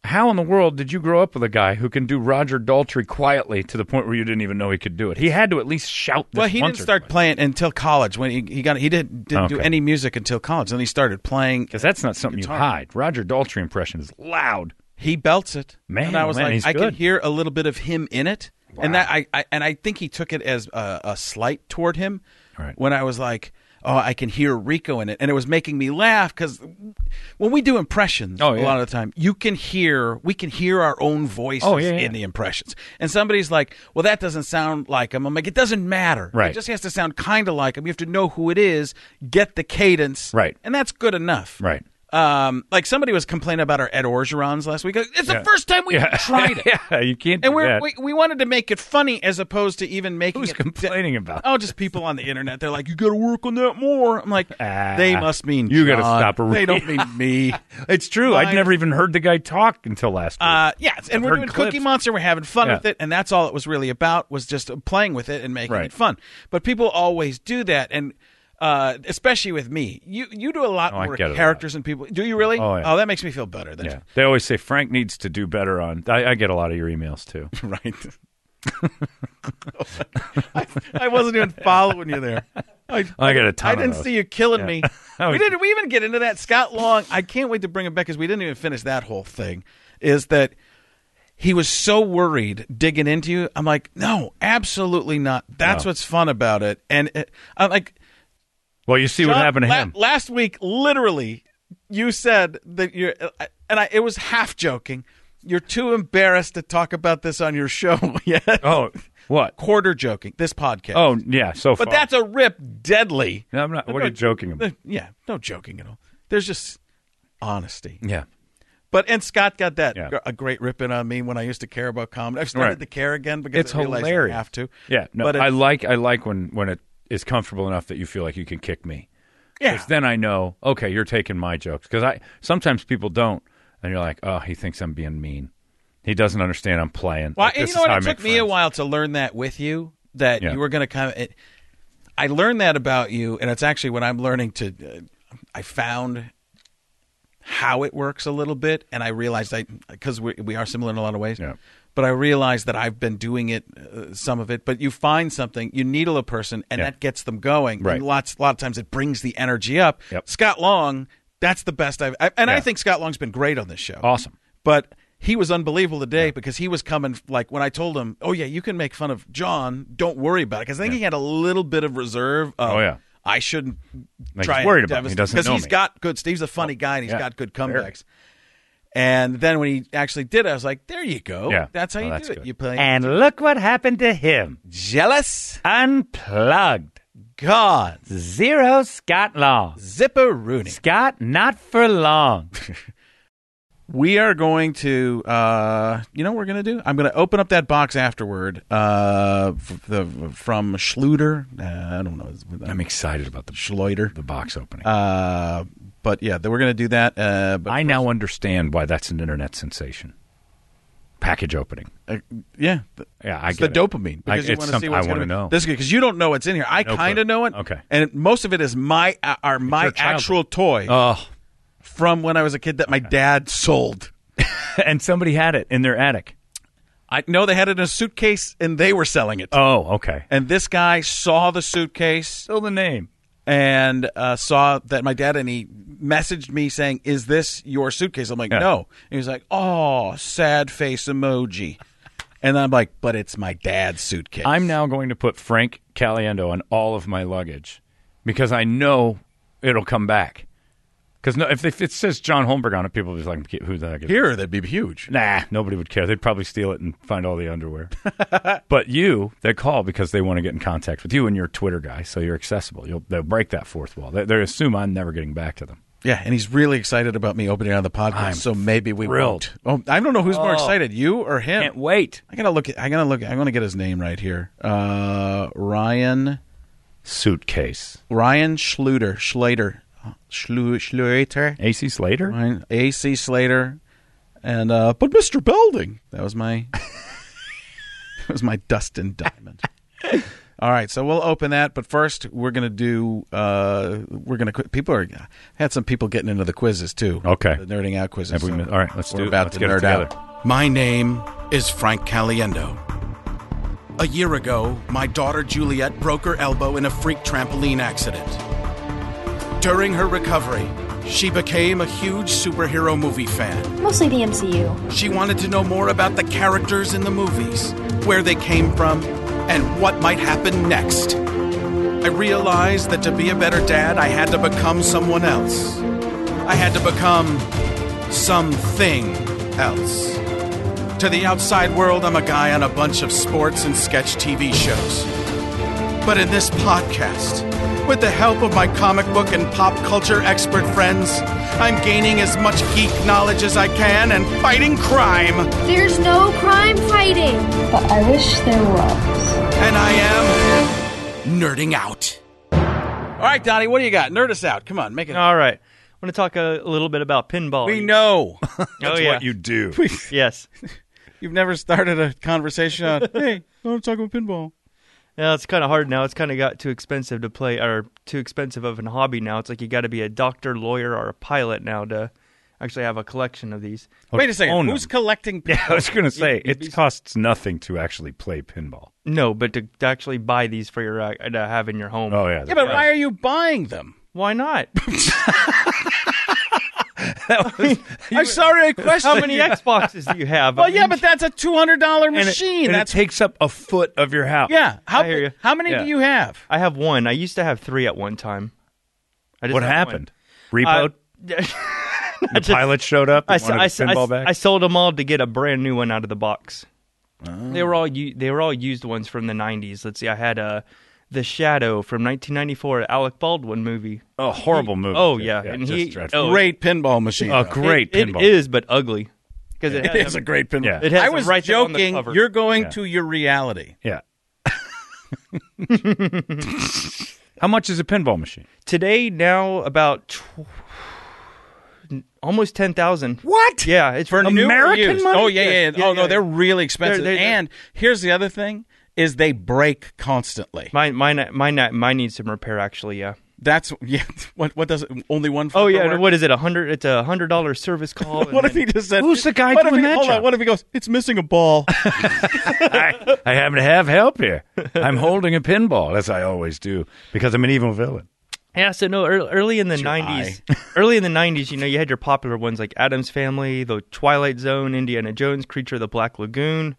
D: How in the world did you grow up with a guy who can do Roger Daltrey quietly to the point where you didn't even know he could do it? He had to at least shout. This
C: well, he
D: once
C: didn't start playing until college when he, he got he didn't didn't do
D: Okay.
C: any music until college. Then he started playing
D: because that's not something
C: guitar.
D: you hide. Roger Daltrey impression is loud.
C: He belts it,
D: Man,
C: And I was
D: man,
C: like,
D: he's
C: I
D: good.
C: could hear a little bit of him in it, and that I, I and I think he took it as a, a slight toward him.
D: Right.
C: When I was like, oh, I can hear Rico in it, and it was making me laugh because when we do impressions,
D: Oh,
C: a
D: yeah.
C: lot of the time you can hear we can hear our own voices
D: Oh, yeah, yeah.
C: in the impressions, and somebody's like, well, that doesn't sound like him. I'm like, it doesn't matter. It
D: Right.
C: just has to sound kind of like him. You have to know who it is, get the cadence,
D: Right.
C: and that's good enough.
D: Right.
C: Um, like somebody was complaining about our Ed Orgerons last week. It's the
D: Yeah.
C: first time we
D: Yeah.
C: have tried it.
D: yeah, you can't.
C: And
D: do
C: we're,
D: that.
C: we we wanted to make it funny as opposed to even making
D: Who's
C: it
D: complaining about?
C: Oh, just people on the internet. They're like, you got to work on that more. I'm like, they
D: Ah,
C: must mean
D: you got to
C: John.
D: stop.
C: They don't mean
D: me. it's true.
C: Mine-
D: I'd never even heard the guy talk until last week.
C: Uh, yeah, and
D: I've
C: we're
D: heard
C: doing
D: clips.
C: Cookie Monster. We're having fun
D: Yeah.
C: with it, and that's all it was really about was just playing with it and making
D: Right.
C: it fun. But people always do that, and uh, especially with me, you you do a lot
D: Oh, I
C: more
D: get it a lot.
C: characters and people. Do you really?
D: Oh, yeah.
C: that makes me feel better. That's
D: yeah. They always say Frank needs to do better on. I, I get a lot of your emails too.
C: right. I wasn't even following you there. I,
D: I got a ton
C: I
D: of
C: didn't
D: those.
C: see you killing
D: Yeah.
C: me.
D: I
C: we
D: was-
C: didn't. We even get into that Scott Long. I can't wait to bring him back because we didn't even finish that whole thing. Is that he was so worried digging into you? I'm like, no, absolutely not. That's
D: No.
C: what's fun about it. And it, I'm like,
D: Well, you see what
C: John,
D: happened to
C: la-
D: him.
C: last week. Literally, you said that you're, and I, it was half joking. You're too embarrassed to talk about this on your show yet.
D: Oh, what?
C: Quarter joking. This podcast.
D: Oh yeah, so
C: but
D: far.
C: that's a rip deadly.
D: No, I'm not. What are you joking about?
C: Yeah, no joking at all. There's just honesty.
D: Yeah.
C: But and Scott got that gr- a great rip in on me when I used to care about comedy. I've started
D: Right.
C: to care again because
D: it's
C: I realized
D: hilarious.
C: I have to.
D: Yeah, no,
C: but
D: I
C: it's-
D: like I like when when it is comfortable enough that you feel like you can kick me.
C: Yeah.
D: 'Cause then I know okay, you're taking my jokes because I sometimes people don't, and you're like, oh, he thinks I'm being mean. He doesn't understand I'm playing.
C: Well,
D: Like,
C: and
D: this
C: you
D: is
C: know what?
D: how
C: It
D: I
C: took
D: make
C: me a while to learn that with you that
D: Yeah.
C: you were going to come. It, I learned that about you, and it's actually what I'm learning to. Uh, I found how it works a little bit, and I realized I because we we are similar in a lot of ways. But I realized that I've been doing it, uh, some of it. But you find something, you needle a person, and
D: Yeah.
C: that gets them going.
D: Right.
C: And lots, a lot of times it brings the energy up. Scott Long, that's the best I've, I, and I
D: Yeah.
C: think Scott Long's been great on this show.
D: Awesome.
C: But he was unbelievable today because he was coming like when I told him, "Oh yeah, you can make fun of John. Don't worry about it." Because I think he had a little bit of reserve. Of,
D: Oh, yeah.
C: I shouldn't
D: Like,
C: try.
D: he's worried about me. He doesn't
C: because
D: know
C: he's
D: me.
C: got good. Steve's a funny guy and he's
D: yeah.
C: got good
D: Very.
C: comebacks. And then when he actually did it, I was like, "There you go.
D: Yeah.
C: That's how
D: Oh,
C: you
D: that's
C: do it.
D: good.
C: You play."
J: And look what happened to him.
C: Jealous?
J: Unplugged.
C: God.
J: Zero Scott Long.
C: Zipper Rooney.
J: Scott, not for long.
C: we are going to uh you know what we're gonna do i'm gonna open up that box afterward uh f- the from schluter uh, i don't know i'm
D: excited about the
C: schluter
D: the box opening
C: uh but yeah then we're gonna do that uh but
D: I now understand why that's an internet sensation. Package opening.
C: Uh, yeah
D: yeah, I
C: it's the
D: get it.
C: dopamine
D: I-
C: because you
D: it's
C: want to see
D: something
C: what's
D: I
C: going
D: wanna know.
C: This is because you don't know what's in here. I
D: No
C: kind of
D: clue.
C: know it.
D: Okay.
C: and most of it is my uh, are my
D: your childhood.
C: actual toy
D: Oh.
C: from when I was a kid that my dad sold.
D: and somebody had it in their attic.
C: I know they had it in a suitcase and they were selling it.
D: Oh, okay.
C: And this guy saw the suitcase, still
D: the name,
C: and uh, saw that my dad and he messaged me saying, "Is this your suitcase?" I'm like,
D: Yeah.
C: "No." And he was like, "Oh, sad face emoji," and I'm like, "But it's my dad's suitcase."
D: I'm now going to put Frank Caliendo on all of my luggage because I know it'll come back. Because no, if, if it says John Holmberg on it, people will be like, "Who the heck is
C: Here, that'd be huge.
D: Nah, nobody would care. They'd probably steal it and find all the underwear. but you, they call because they want to get in contact with you, and you're a Twitter guy, so you're accessible. You'll, they'll break that fourth wall. They, they assume I'm never getting back to them.
C: Yeah, and he's really excited about me opening on the podcast.
D: I'm
C: so maybe we
D: thrilled.
C: won't. Oh, I don't know who's more
D: Oh.
C: excited, you or him.
D: Can't wait.
C: I gotta look. At, I gotta look. I want to get his name right here. Uh, Ryan
D: Suitcase.
C: Ryan Schluter. Schlater. Schlu- Schluter.
D: AC Slater.
C: Ryan AC Slater. And uh, but Mr. Belding. That was my. that was my Dustin Diamond. All right, so we'll open that, but first we're gonna do. Uh, we're gonna. qu- People are had some people getting into the quizzes too.
D: Okay.
C: the nerding out quizzes.
D: Have we
C: So
D: missed- all right, let's
C: we're
D: do it.
C: About
D: Let's
C: to
D: get it
C: nerd
D: together.
C: out. My name is Frank Caliendo. A year ago, my daughter Juliet broke her elbow in a freak trampoline accident. During her recovery, she became a huge superhero movie fan.
M: Mostly the MCU.
C: She wanted to know more about the characters in the movies, where they came from, and what might happen next. I realized that to be a better dad, I had to become someone else. I had to become something else. To the outside world, I'm a guy on a bunch of sports and sketch TV shows.
M: But in this podcast, with the help of my comic book and pop culture expert friends, I'm gaining as much geek knowledge as I can and fighting crime.
N: There's no crime fighting. But I wish there was.
M: And I am nerding out.
C: All right, Donnie, what do you got? Nerd us out. Come on, make it.
O: All right. I want to talk a, a little bit about pinball.
C: We know.
O: oh,
C: That's
O: yeah.
C: what you
O: do. yes.
C: You've never started a conversation on, hey, I want to talk about pinball.
O: Now it's kind of hard now. It's kind of got too expensive to play, or too expensive of a hobby now. It's like you got to be a doctor, lawyer, or a pilot now to actually have a collection of these.
C: Wait a second. Who's collecting pinball?
D: I was going to say it costs nothing to actually play pinball.
O: No, but to, to actually buy these for your uh, to have in your home.
D: Oh yeah.
C: Yeah, but why are you buying them?
O: Why not?
C: I'm sorry I questioned
O: How many
C: you.
O: Xboxes do you have?
C: Well, yeah, but that's a $200 machine.
O: and it
C: That's
O: takes up a foot of your house.
C: Yeah. How- how many do you have?
O: I have one. I used to have three at one time. I just
D: What
O: have
D: happened?
O: one.
D: Repoed?
O: Uh,
D: The pilot showed up
O: I,
D: and
O: s-
D: wanted
O: I
D: the
O: s- I
D: pinball
O: s-
D: back?
O: I sold them all to get a brand new one out of the box.
D: Oh.
O: They were all u- they were all used ones from the '90s. Let's see, I had uh, the Shadow from 1994, Alec Baldwin movie.
D: Oh, horrible
O: He-
D: movie,
O: Oh
D: too.
O: yeah,
D: Yeah,
O: and
D: just
O: he
D: dreadful.
O: oh,
C: great pinball machine.
O: It- it- It is, but ugly. Because
C: It is a great pinball.
O: It has
C: I
O: them
C: was
O: right there on the
C: joking.
O: cover.
C: You're going
O: Yeah.
C: to your reality.
D: Yeah. How much is a pinball machine?
O: Today, now about tw- n- almost ten thousand.
D: What?
O: Yeah, it's for new or used.
C: Oh yeah, yeah. yeah. oh no, they're really expensive.
O: They're- they're-
C: and here's the other thing: is they break constantly.
O: Mine, mine, mine, mine needs some repair. Actually, yeah.
C: That's yeah. What what does it, only one?
O: Oh yeah,
C: work?
O: what is it? A hundred? It's a hundred dollar service call.
C: What if he just said? what if he, hold on, What if he goes? It's missing a ball.
D: I happen to have help here. I'm holding a pinball, as I always do, because I'm an evil villain.
O: Yeah, so no, early, early in the
D: your
O: nineties, early in the nineties, you know, you had your popular ones like Adam's Family, The Twilight Zone, Indiana Jones, Creature of the Black Lagoon,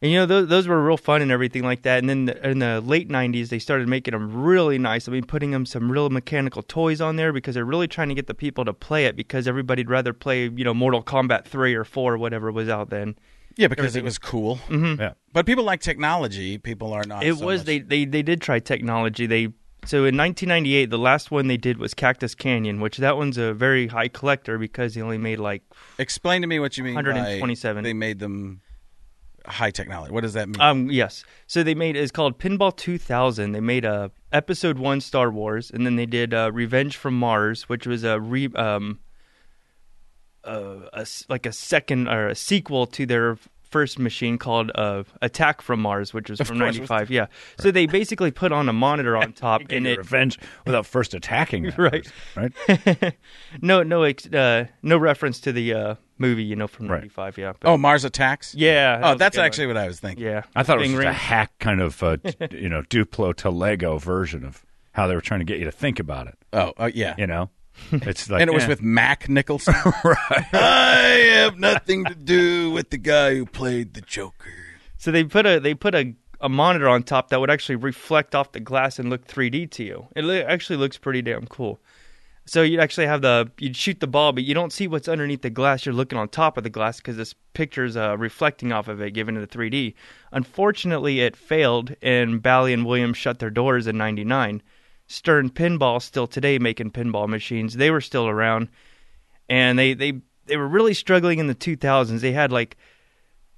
O: and you know those those were real fun and everything like that. And then the, in the late nineties, they started making them really nice. I mean, putting them some real mechanical toys on there because they're really trying to get the people to play it because everybody'd rather play you know Mortal Kombat three or four or whatever was out then.
C: Yeah, because it was cool.
O: Mhm. Yeah.
C: Mm-hmm. But people like technology. People are not.
O: it
C: so
O: was
C: much-
O: they, they they did try technology they so in 1998 the last one they did was cactus canyon which that one's a very high collector because he only made like
C: Explain to me what you mean. by
O: 127.
C: They made them high technology. What does that mean?
O: um yes so they made it's called pinball 2000 they made a episode one star wars and then they did uh, revenge from mars which was a re um uh, a s like a second or a sequel to their first machine called uh, Attack from Mars, which was
D: Of
O: from
D: course it was-
O: '95. Yeah, so they basically put on a monitor on top and it
D: revenge without first attacking that
O: Right.
D: person,
O: right? no, no, ex- uh, no reference to the uh, movie, you know, from '95. Yeah. but-
C: oh, Mars attacks.
O: Yeah. that
C: Oh,
O: was a
C: that's
O: good one.
C: actually what I was thinking.
O: Yeah.
D: I thought it was
O: Bing
D: just a
O: ring.
D: hack kind of, uh, d- you know, Duplo to Lego version of how they were trying to get you to think about it.
C: Oh, uh, yeah.
D: You know? It's like,
C: and it was
D: eh.
C: with Mac Nicholson. right. I have nothing to do with the guy who played the Joker.
O: So they put a they put a, a monitor on top that would actually reflect off the glass and look 3D to you. It li- actually looks pretty damn cool. So you actually have the you'd shoot the ball, but you don't see what's underneath the glass. You're looking on top of the glass because this picture's uh, reflecting off of it, giving it a 3D. Unfortunately, it failed, and Bally and Williams shut their doors in '99. Stern Pinball still today making pinball machines. They were still around, and they they they were really struggling in the 2000s. They had like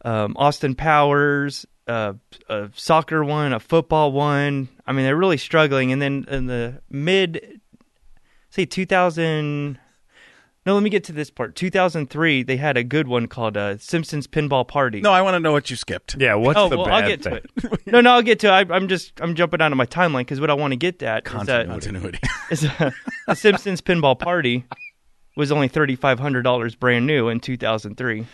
O: um, Austin Powers, uh, a soccer one, a football one. I mean, they're really struggling. And then in the mid, say 2000. No, let me get to this part. 2003, they had a good one called uh, Simpsons Pinball Party.
C: No, I want to know what you skipped.
D: Yeah, what's
O: oh,
D: the
O: well,
D: bad
O: I'll get
D: thing?
O: to it. No, no, I'll get to it. I, I'm just I'm jumping out of my timeline because what I want to get at
C: Continuity.
O: is that is, uh, the Simpsons Pinball Party was only thirty five hundred dollars brand new in two thousand three,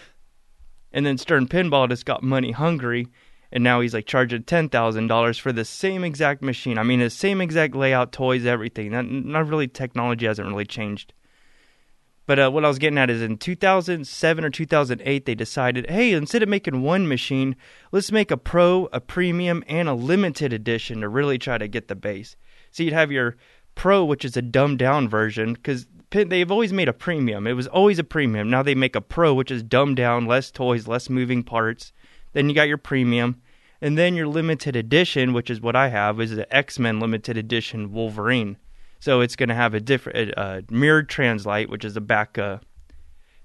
O: and then Stern Pinball just got money hungry, and now he's like charging ten thousand dollars for the same exact machine. I mean, the same exact layout, toys, everything. Not, not really technology hasn't really changed. But uh, what I was getting at is in 2007 or 2008, they decided, hey, instead of making one machine, let's make a pro, a premium, and a limited edition to really try to get the base. So you'd have your pro, which is a dumbed down version, because they've always made a premium. It was always a premium. Now they make a pro, which is dumbed down, less toys, less moving parts. Then you got your premium. And then your limited edition, which is what I have, is the X Men limited edition Wolverine. So it's going to have a different uh, mirrored translight, which is the back uh,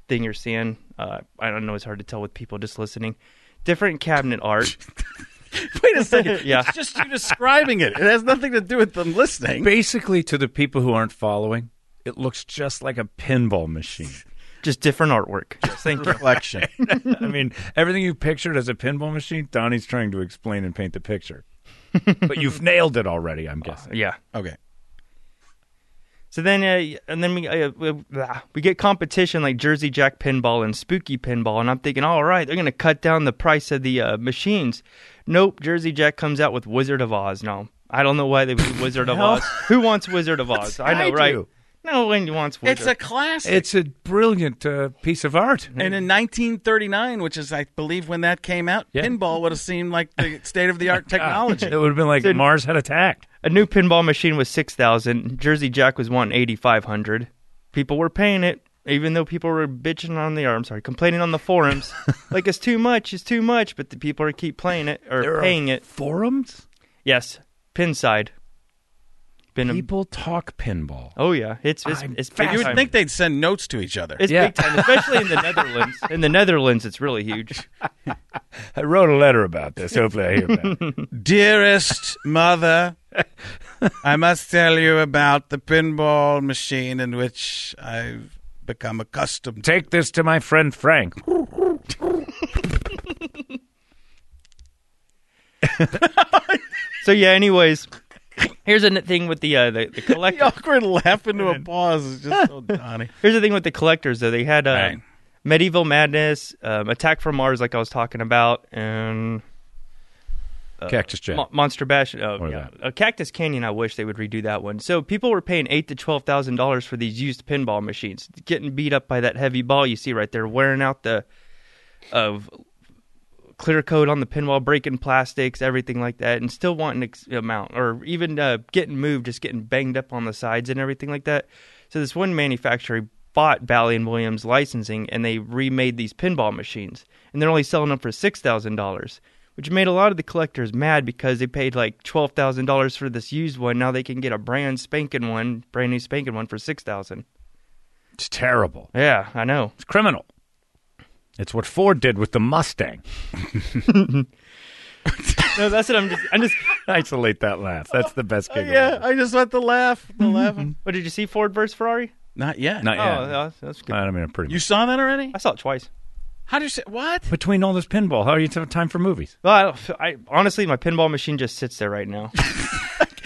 O: thing you're seeing. Uh, I don't know; it's hard to tell with people just listening. Different cabinet art.
C: Wait a second.
O: Yeah.
C: It's just you describing it. It has nothing to do with them listening.
D: Basically, to the people who aren't following, it looks just like a pinball machine.
O: Just different artwork. Thank you.
C: Reflection.
D: I mean, everything you pictured as a pinball machine, Donnie's trying to explain and paint the picture. but you've nailed it already, I'm guessing.
O: yeah.
C: Okay.
O: So then, uh, and then we uh, we, blah, we get competition like Jersey Jack pinball and Spooky pinball, and I'm thinking, all right, they're going to cut down the price of the uh, machines. Nope, Jersey Jack comes out with Wizard of Oz. No, I don't know why they would do Wizard of
D: Hell.
O: Oz. Who wants Wizard of Oz? I know,
D: I
O: right?
D: do.
O: No one wants Wizard.
C: It's a classic.
D: It's a brilliant uh, piece of art.
C: and in 1939, which is, I believe, when that came out, pinball would have seemed like the state of the art technology.
D: it would have been like
O: Dude.
D: Mars had attacked.
O: A new pinball machine was six thousand. Jersey Jack was one eighty five hundred. People were paying it, even though people were bitching on the or I'm sorry, complaining on the forums. like it's too much, it's too much, but the people are keep playing it or
D: There are
O: paying it.
D: Forums?
O: Yes. Pinside. Been a,
D: People talk pinball.
O: oh yeah. It's it's,
D: I'm
O: it's big
C: you would
O: time.
C: think they'd send notes to each other.
O: it's big time, especially in the Netherlands. In the Netherlands it's really huge.
D: I wrote a letter about this. Hopefully, I hear back.
C: Dearest mother, I must tell you about the pinball machine in which I've become accustomed.
D: Take this to my friend Frank.
O: So yeah, anyways. Here's a thing with the uh, the,
C: The
O: the collector.
C: awkward laugh into a pause is just so Oh, Donnie.
O: Here's the thing with the collectors though. They had uh,
C: Right.
O: Medieval Madness, um, Attack from Mars, like I was talking about, and uh,
D: Cactus Jack.
O: Mo- Monster Bash. Oh,
D: Or
O: yeah. Uh, Cactus Canyon. I wish they would redo that one. So people were paying eight to twelve thousand dollars for these used pinball machines, getting beat up by that heavy ball you see right there, wearing out the of clear coat on the pinball, breaking plastics, everything like that, and still wanting ex- amount or even uh, getting moved, just getting banged up on the sides and everything like that. So this one manufacturer bought Bally and Williams licensing, and they remade these pinball machines, and they're only selling them for six thousand dollars, which made a lot of the collectors mad because they paid like twelve thousand dollars for this used one. Now they can get a brand spanking one, brand new spanking one for six thousand.
D: It's terrible.
O: Yeah, I know.
D: It's criminal. It's what Ford did with the Mustang.
O: No, that's what I'm just. I'm just. Oh,
D: Isolate that laugh. That's the best gig.
C: Yeah, I just want the laugh. The laugh.
O: What did you see? Ford versus Ferrari.
C: Not yet.
D: Not
O: Oh,
D: yet.
O: that's, that's good.
D: I mean, I'm pretty.
C: You saw that already?
O: I saw it twice.
C: How do you say what?
D: Between all this pinball, how do you have time for movies?
O: Well, I, don't- I honestly, my pinball machine just sits there right now.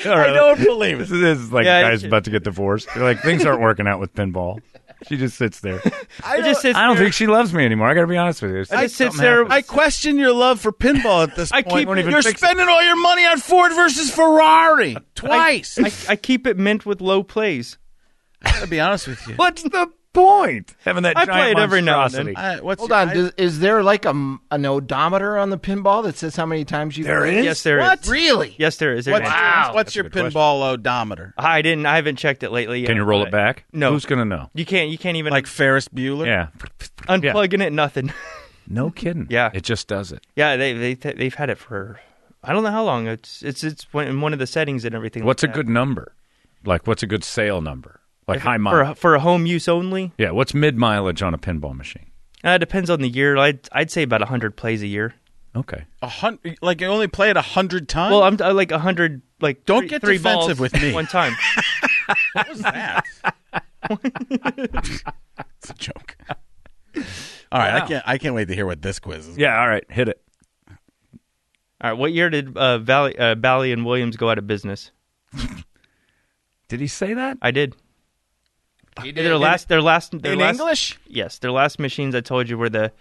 D: I
C: don't believe it.
D: This is, this is like
O: Yeah,
D: guys
O: it's-
D: about to get divorced. They're like things aren't working out with pinball. She just sits there.
O: I it just sits.
D: I don't
O: there.
D: think she loves me anymore. I got to be honest with you. It's-
O: I just sits
D: something
O: there.
D: happens.
C: I question your love for pinball at this
O: I
C: point.
O: keep- won't even
C: You're
D: fix it.
C: spending all your money on Ford versus Ferrari twice. I,
O: I, I keep it mint with low plays.
C: gotta be honest with you.
D: What's the point? Having that
O: I play
D: giant
O: it every now and then.
D: monstrosity.
C: I- what's
I: Hold
C: your-
I: on,
C: I-
I: does, is there like a m- an odometer on the pinball that says how many times you?
D: There
I: played?
D: is?
O: Yes, there is.
C: What?
I: Really?
O: Yes, there is. There
C: what's,
O: is.
C: your, what's
D: That's a
C: your
D: good question.
C: pinball odometer?
O: I didn't. I haven't checked it lately. Yet,
D: Can you roll
O: but
D: it back?
O: No.
D: Who's gonna know?
O: You can't. You can't even
C: Like Ferris Bueller?
D: Yeah.
O: unplugging it. Nothing.
D: No kidding.
O: Yeah.
D: It just does it.
O: yeah, they they they've had it for I don't know how long. It's it's it's one- in one of the settings and everything.
D: What's a
O: like that.
D: good number? Like what's a good sale number? Like high
O: for
D: mileage.
O: a, for a home use only?
D: yeah. What's mid mileage on a pinball machine?
O: Uh, it depends on the year. I'd I'd say about hundred plays a year.
D: Okay.
C: A hundred, like you only play it a hundred times.
O: Well, I'm, i like hundred. Like
C: Don't
O: three,
C: get
O: three
C: defensive
O: balls
C: with me.
O: One time.
C: what was that? it's a joke. All right, I can't. I can't wait to hear what this quiz is.
D: Yeah. All right. Hit it.
O: All right. What year did uh, Valley, uh, Bally and Williams go out of business?
D: Did he say that?
O: I did. Their last. Their last. Their
C: in
O: last,
C: English.
O: Yes, their last machines I told you were the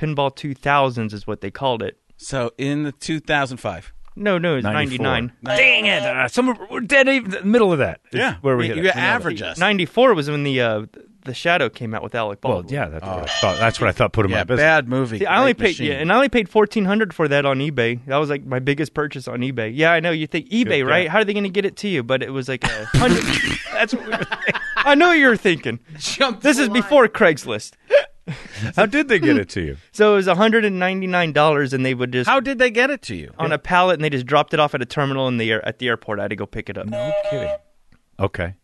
O: Pinball 2000s is what they called it.
C: So in the 2005.
O: No, no, it's
D: 94.
O: 99.
D: Dang it! Uh, some we're dead even, middle of that. is
C: Yeah,
D: Where we
C: you,
D: hit
C: you
D: it.
C: average us.
O: 94 was when the uh, the Shadow came out with Alec
D: Well,
O: Baldwin.
D: yeah. That's
C: Oh,
D: what I thought. That's what I thought. Put him out
C: yeah,
D: of business.
C: bad movie.
O: See, I only
C: Great
O: paid yeah,
C: machine.
O: and I only paid 1400 for that on eBay. That was like my biggest purchase on eBay. Yeah, I know you think eBay,
D: Good
O: right?
D: guy.
O: How are they going to get it to you? But it was like a 100 That's what we were thinking. I know what you were thinking.
I: Jump
O: This is before Craigslist.
D: How did they get it to you?
O: So it was $199 and they would just How
C: did they get it to you?
O: On a pallet and they just dropped it off at a terminal in the air, at the airport. I had to go pick it up.
D: No kidding. Okay.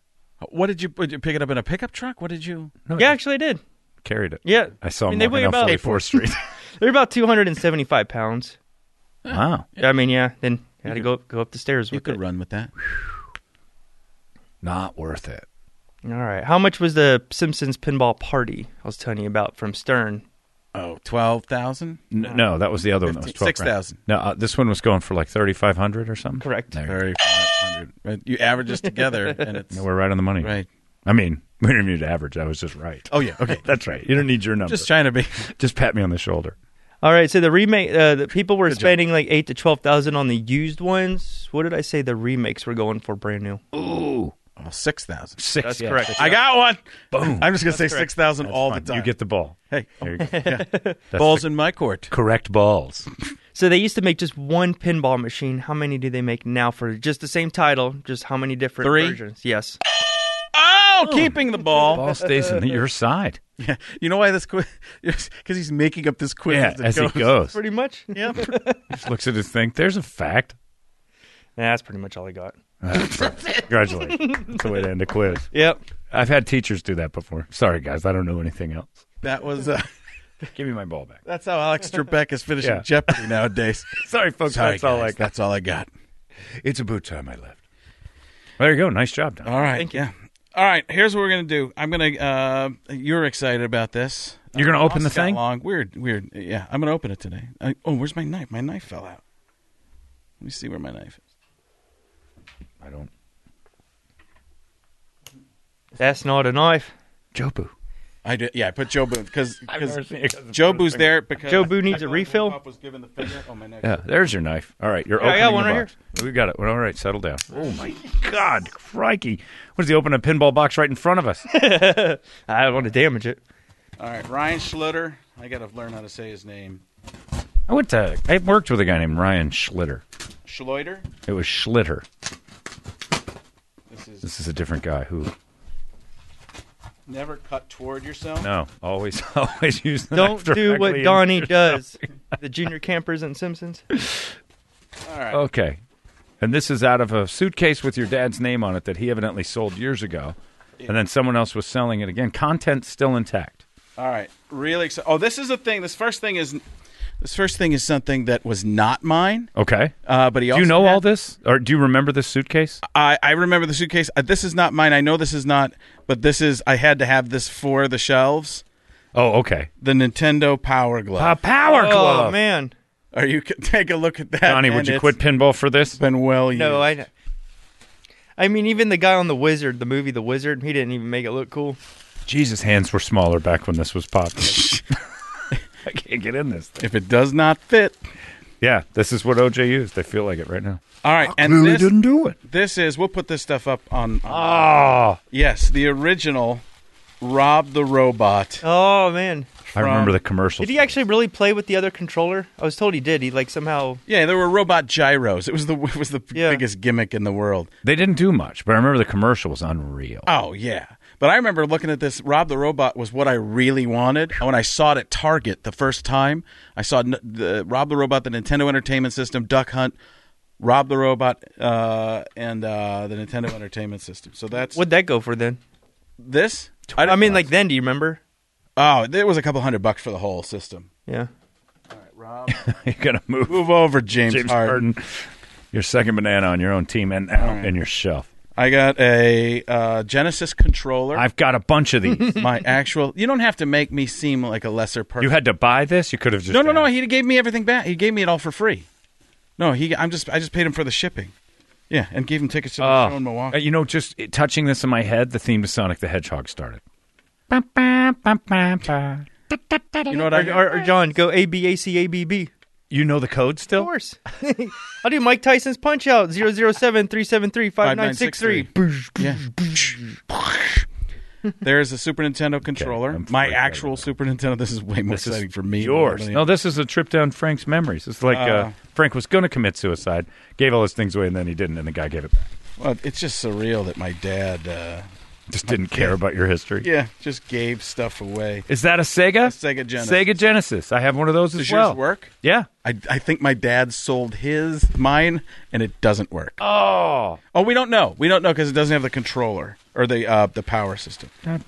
C: What did you, did you pick it up in a pickup truck? What did you?
O: yeah, actually I did.
D: Carried it.
O: Yeah.
D: I saw
O: I mean,
D: him
O: they
D: walking
O: weigh
D: down
O: about-
D: 44th Street.
O: They're about 275 pounds.
D: Wow.
O: I mean, yeah, then I had to go go up the stairs with
C: You could run with that.
D: Not worth it.
O: All right. How much was the Simpsons pinball party I was telling you about from Stern?
C: Oh, 12,000?
D: N- No, that was the other one. That was 12 grand.
C: 6,000.
D: No, uh, this one was going for like 3500 or something.
O: Correct.
D: There you
C: Right, You average this together, and it's
D: go. No, we're right on the money. Right. I mean, we don't need to average. I was just right.
C: Oh, yeah, okay.
D: That's right. You don't need your number.
O: Just
D: trying
C: to be.
D: Just pat me on the shoulder.
O: All right. So the remake, uh, the people were spending like eight to twelve thousand on the used ones. What did I say? The remakes were going for brand new.
C: Ooh. Oh, 6,000.
D: Six,
O: That's yeah, correct. six
C: I got one.
D: Boom.
C: I'm just going to say
D: That's correct.
C: 6,000
D: That's
C: all
D: fine.
C: the time.
D: You get the ball.
C: Hey.
D: There you go.
C: Yeah.
D: That's
C: Balls
D: the-
C: in my court.
D: Correct balls.
O: So they used to make just one pinball machine. How many do they make now for just the same title? Just how many different
C: Three?
O: versions? Yes.
C: Oh, keeping the ball.
D: Ball stays in your side.
C: Yeah. You know why this quiz? Because he's making up this quiz
D: Yeah,
C: as, it
D: as he
C: goes.
D: goes.
O: Pretty much. Yeah.
D: Just looks at his thing. There's a fact.
O: That's pretty much all I got.
D: Congratulations. That's the way to end a quiz.
O: Yep.
D: I've had teachers do that before. Sorry, guys. I don't know anything else.
C: That was. Uh,
D: Give me my ball back.
C: That's how Alex Trebek is finishing
D: Yeah.
C: Jeopardy nowadays.
D: Sorry, folks.
C: Sorry,
D: that's all I
C: guys,
D: got.
C: That's all I got.
D: It's about time I left. There you go. Nice job, Don.
C: All right. yeah. All right. Here's what we're gonna do. I'm gonna. Uh, you're excited about this.
D: You're gonna
C: Uh,
D: open the
C: Ross got
D: thing?
C: Long. Weird. Weird. Yeah. I'm gonna open it today. I, oh, where's my knife? My knife fell out. Let me see where my knife is.
D: I don't.
O: That's not a knife.
D: Jobu.
C: I did. Yeah. I put Joe Boone because
D: never seen it 'cause it's
C: Joe
D: the
C: Boo's
D: first
C: there
D: thing.
C: because
D: Joe Boo needs
O: a
C: refill. Was given the finger. Oh, my knife.
D: Yeah, there's your knife. All right, you're
O: Yeah, I
D: opening
O: got one
D: the
O: right
D: box. We got it. Well, all right, settle down. Oh my God, crikey! What does he open a pinball box right in front of us? I
O: don't want to damage it.
C: All right. Ryan Schlitter. I gotta learn how to say his name.
D: I went to. I worked with a guy named Ryan Schlitter.
C: Schloiter.
D: It was Schlitter.
C: This is
D: This is a different guy who.
C: never cut toward yourself.
D: No, always, always use. The
O: Don't
D: knife
O: do
D: directly
O: what
D: into
O: Donnie
D: yourself.
O: does. the junior campers and Simpsons.
C: All right.
D: Okay, and this is out of a suitcase with your dad's name on it that he evidently sold years ago, and then someone else was selling it again. Content still intact.
C: All right, really excited. Oh, this is a thing. This first thing is, this first thing is something that was not mine.
D: Okay.
C: Uh, but he.
D: Do
C: Also
D: you know
C: had-
D: all this, or do you remember this suitcase?
C: I I remember the suitcase. Uh, this is not mine. I know this is not, but this is. I had to have this for the shelves.
D: Oh, okay.
C: The Nintendo Power Glove.
D: A power
O: oh,
D: glove.
O: man.
C: Are you take a look at that?
D: Donnie,
C: man.
D: would you
C: It's
D: quit pinball for this?
C: Been well used.
O: No, I. I mean, even the guy on the Wizard, the movie The Wizard, he didn't even make it look cool.
D: Jesus, hands were smaller back when this was popular. I can't get in this thing.
C: If it does not fit.
D: Yeah, this is what OJ used. They feel like it right now.
C: All right, and
D: clearly
C: this,
D: didn't do it.
C: This is. We'll put this stuff up on.
D: Ah.
C: Yes, the original, Rob the Robot.
O: Oh man,
D: I remember the commercial.
O: did he actually really play with the other controller? I was told he did. He like somehow.
C: Yeah, there were robot gyros. It was the it was the biggest gimmick in the world.
D: They didn't do much, but I remember the commercial was unreal.
C: Oh yeah. But I remember looking at this. Rob the Robot was what I really wanted. And When I saw it at Target the first time, I saw n- the Rob the Robot, the Nintendo Entertainment System, Duck Hunt, Rob the Robot, uh, and uh, the Nintendo Entertainment System. So that's
O: What'd that go for then?
C: This?
O: I, mean, like then. Do you remember?
C: Oh, it was a couple hundred bucks for the whole system.
O: Yeah.
D: You're gonna move
C: move over, James, Harden. Oh.
D: Your second banana on your own team and out in your shelf.
C: I got a uh, Genesis controller.
D: I've got a bunch of these.
C: My actual. You don't have to make me seem like a lesser person.
D: You had to buy this. You could have just
C: no, no, no. He gave me everything back. He gave me it all for free. No, he. I'm just. I just paid him for the shipping. Yeah, and gave him tickets to the
D: Oh.
C: show in Milwaukee.
D: Uh, you know, just uh, touching this in my head, the theme to Sonic the Hedgehog started.
O: You know what? I, or, or John, go A B A C A B B.
D: You know the code still?
O: Of course. I'll do Mike Tyson's Punch Out 007 373 5963.
C: Yeah. There is a Super Nintendo controller. my actual Super Nintendo. This is way more
D: This is
C: exciting for me. than
D: Yours.
C: everything
D: No, this is a trip down Frank's memories. It's like uh,
C: Uh.
D: Frank was going to commit suicide, gave all his things away, and then he didn't, and the guy gave it back.
C: Well, it's just surreal that my dad uh,
D: Just didn't care about your history.
C: Yeah, just gave stuff away.
D: Is that a Sega?
C: Sega Genesis.
D: Sega Genesis. I have one of those as
C: Does
D: well.
C: yours work?
D: Yeah.
C: I, I think my dad sold his, mine, and it doesn't work.
D: Oh.
C: Oh, we don't know. We don't know because it doesn't have the controller or the uh, the power system.
D: I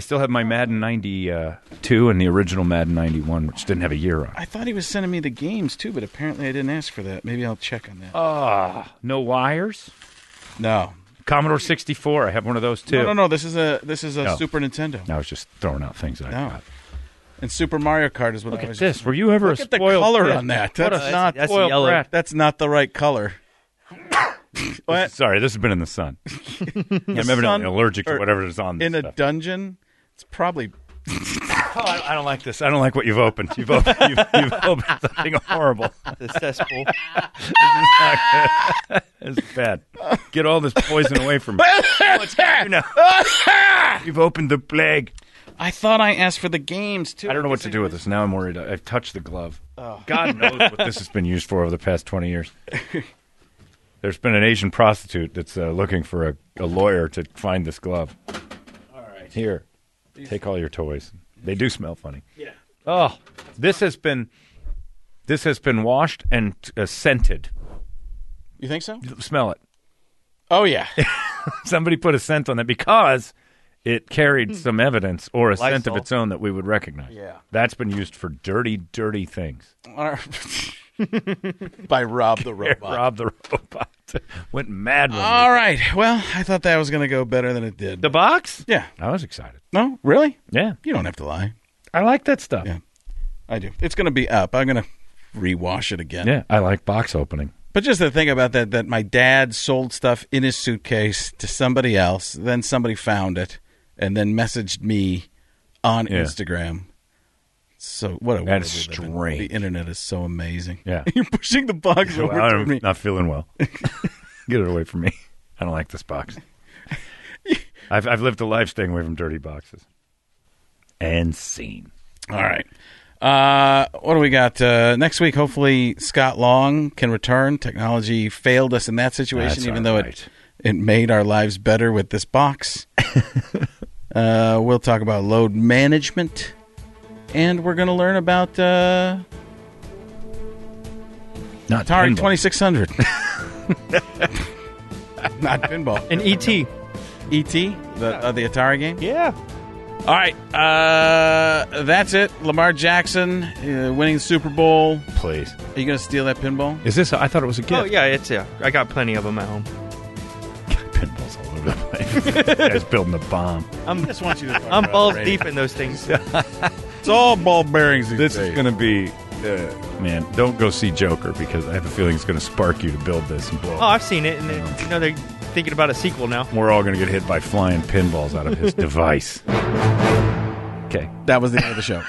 D: still have my Madden uh, 92 and the original Madden 91, which didn't have a year on it.
C: I thought he was sending me the games too, but apparently I didn't ask for that. Maybe I'll check on that.
D: Ah, no wires?
C: No.
D: Commodore 64. I have one of those too.
C: No, no, no. This is a this is a
D: No.
C: Super Nintendo.
D: I was just throwing out things I
C: No. And Super Mario Kart is what
D: Look
C: I
D: at
C: was
D: this. Were you ever
C: Look
D: a
C: at the
D: spoiled
C: color
D: brat?
C: on that.
D: What
C: That's
D: a-
C: not
D: that's a
C: spoiled
D: yellow.
C: brat. That's not the right color.
D: This is- sorry, this has been in the sun. I'm evidently allergic to
C: or
D: whatever is on this
C: in a
D: stuff.
C: dungeon. It's probably
D: Oh, I, I don't like this. I don't like what you've opened. You've opened, you've, you've opened something horrible.
O: The cesspool.
D: this is not good. This is bad. Get all this poison away from me. You've opened the plague.
C: I thought I asked for the games too.
D: I don't know what to do with this. Now I'm worried. I- I've touched the glove.
C: Oh.
D: God knows what this has been used for over the past 20 years. There's been an Asian prostitute that's uh, looking for a, a lawyer to find this glove. All right. Here, take all your toys. They do smell funny.
C: Yeah.
D: Oh, this has been this has been washed and uh, scented.
C: You think so?
D: Smell it.
C: Oh yeah.
D: Somebody put a scent on it because it carried some evidence or a scent of
C: Lysol.
D: its own that we would recognize.
C: Hmm. Yeah.
D: That's been used for dirty, dirty things.
C: Or- By Rob the Robot.
D: Rob the Robot. Went mad when
C: All right. Well, I thought that was going to go better than it did.
D: The box?
C: Yeah.
D: I was excited.
C: No, really?
D: Yeah.
C: You don't have to lie.
D: I like that stuff.
C: Yeah. I do. It's going to be up. I'm going to rewash it again.
D: Yeah, I like box opening.
C: But just the thing about that that my dad sold stuff in his suitcase to somebody else, then somebody found it and then messaged me on
D: Yeah.
C: Instagram. So what a
D: That's
C: world we live in. The internet is so amazing.
D: Yeah.
C: You're pushing the box
D: Well,
C: over to
D: I'm
C: me.
D: not feeling well. Get it away from me. I don't like this box. I've, I've lived a life staying away from dirty boxes. And scene.
C: All right. Uh, what do we got uh, next week? Hopefully, Scott Long can return. Technology failed us in that situation,
D: That's
C: even
D: all
C: though
D: right.
C: it it made our lives better with this box. uh, we'll talk about load management, and we're going to learn about uh,
D: Not
C: Atari
D: pinball.
C: twenty six hundred. Not pinball.
O: And ET.
C: ET, the uh, the Atari game.
O: Yeah.
C: All right, uh, that's it. Lamar Jackson uh, winning the Super Bowl.
D: Please.
C: Are you going to steal that pinball?
D: Is this? I thought it was a gift.
O: Oh yeah, it's yeah. I got plenty of them at home.
D: Pinballs all over the place. Guys building a bomb.
O: I'm
C: just want you to.
O: I'm balls deep in those things. Oh,
C: It's all ball bearings. These
D: This is going to be. Uh, man, don't go see Joker because I have a feeling it's going to spark you to build this and blow.
O: Oh,
D: up.
O: I've seen it, and they, you know they're thinking about a sequel now.
D: We're all going to get hit by flying pinballs out of his device. Okay.
C: That was the end of the show.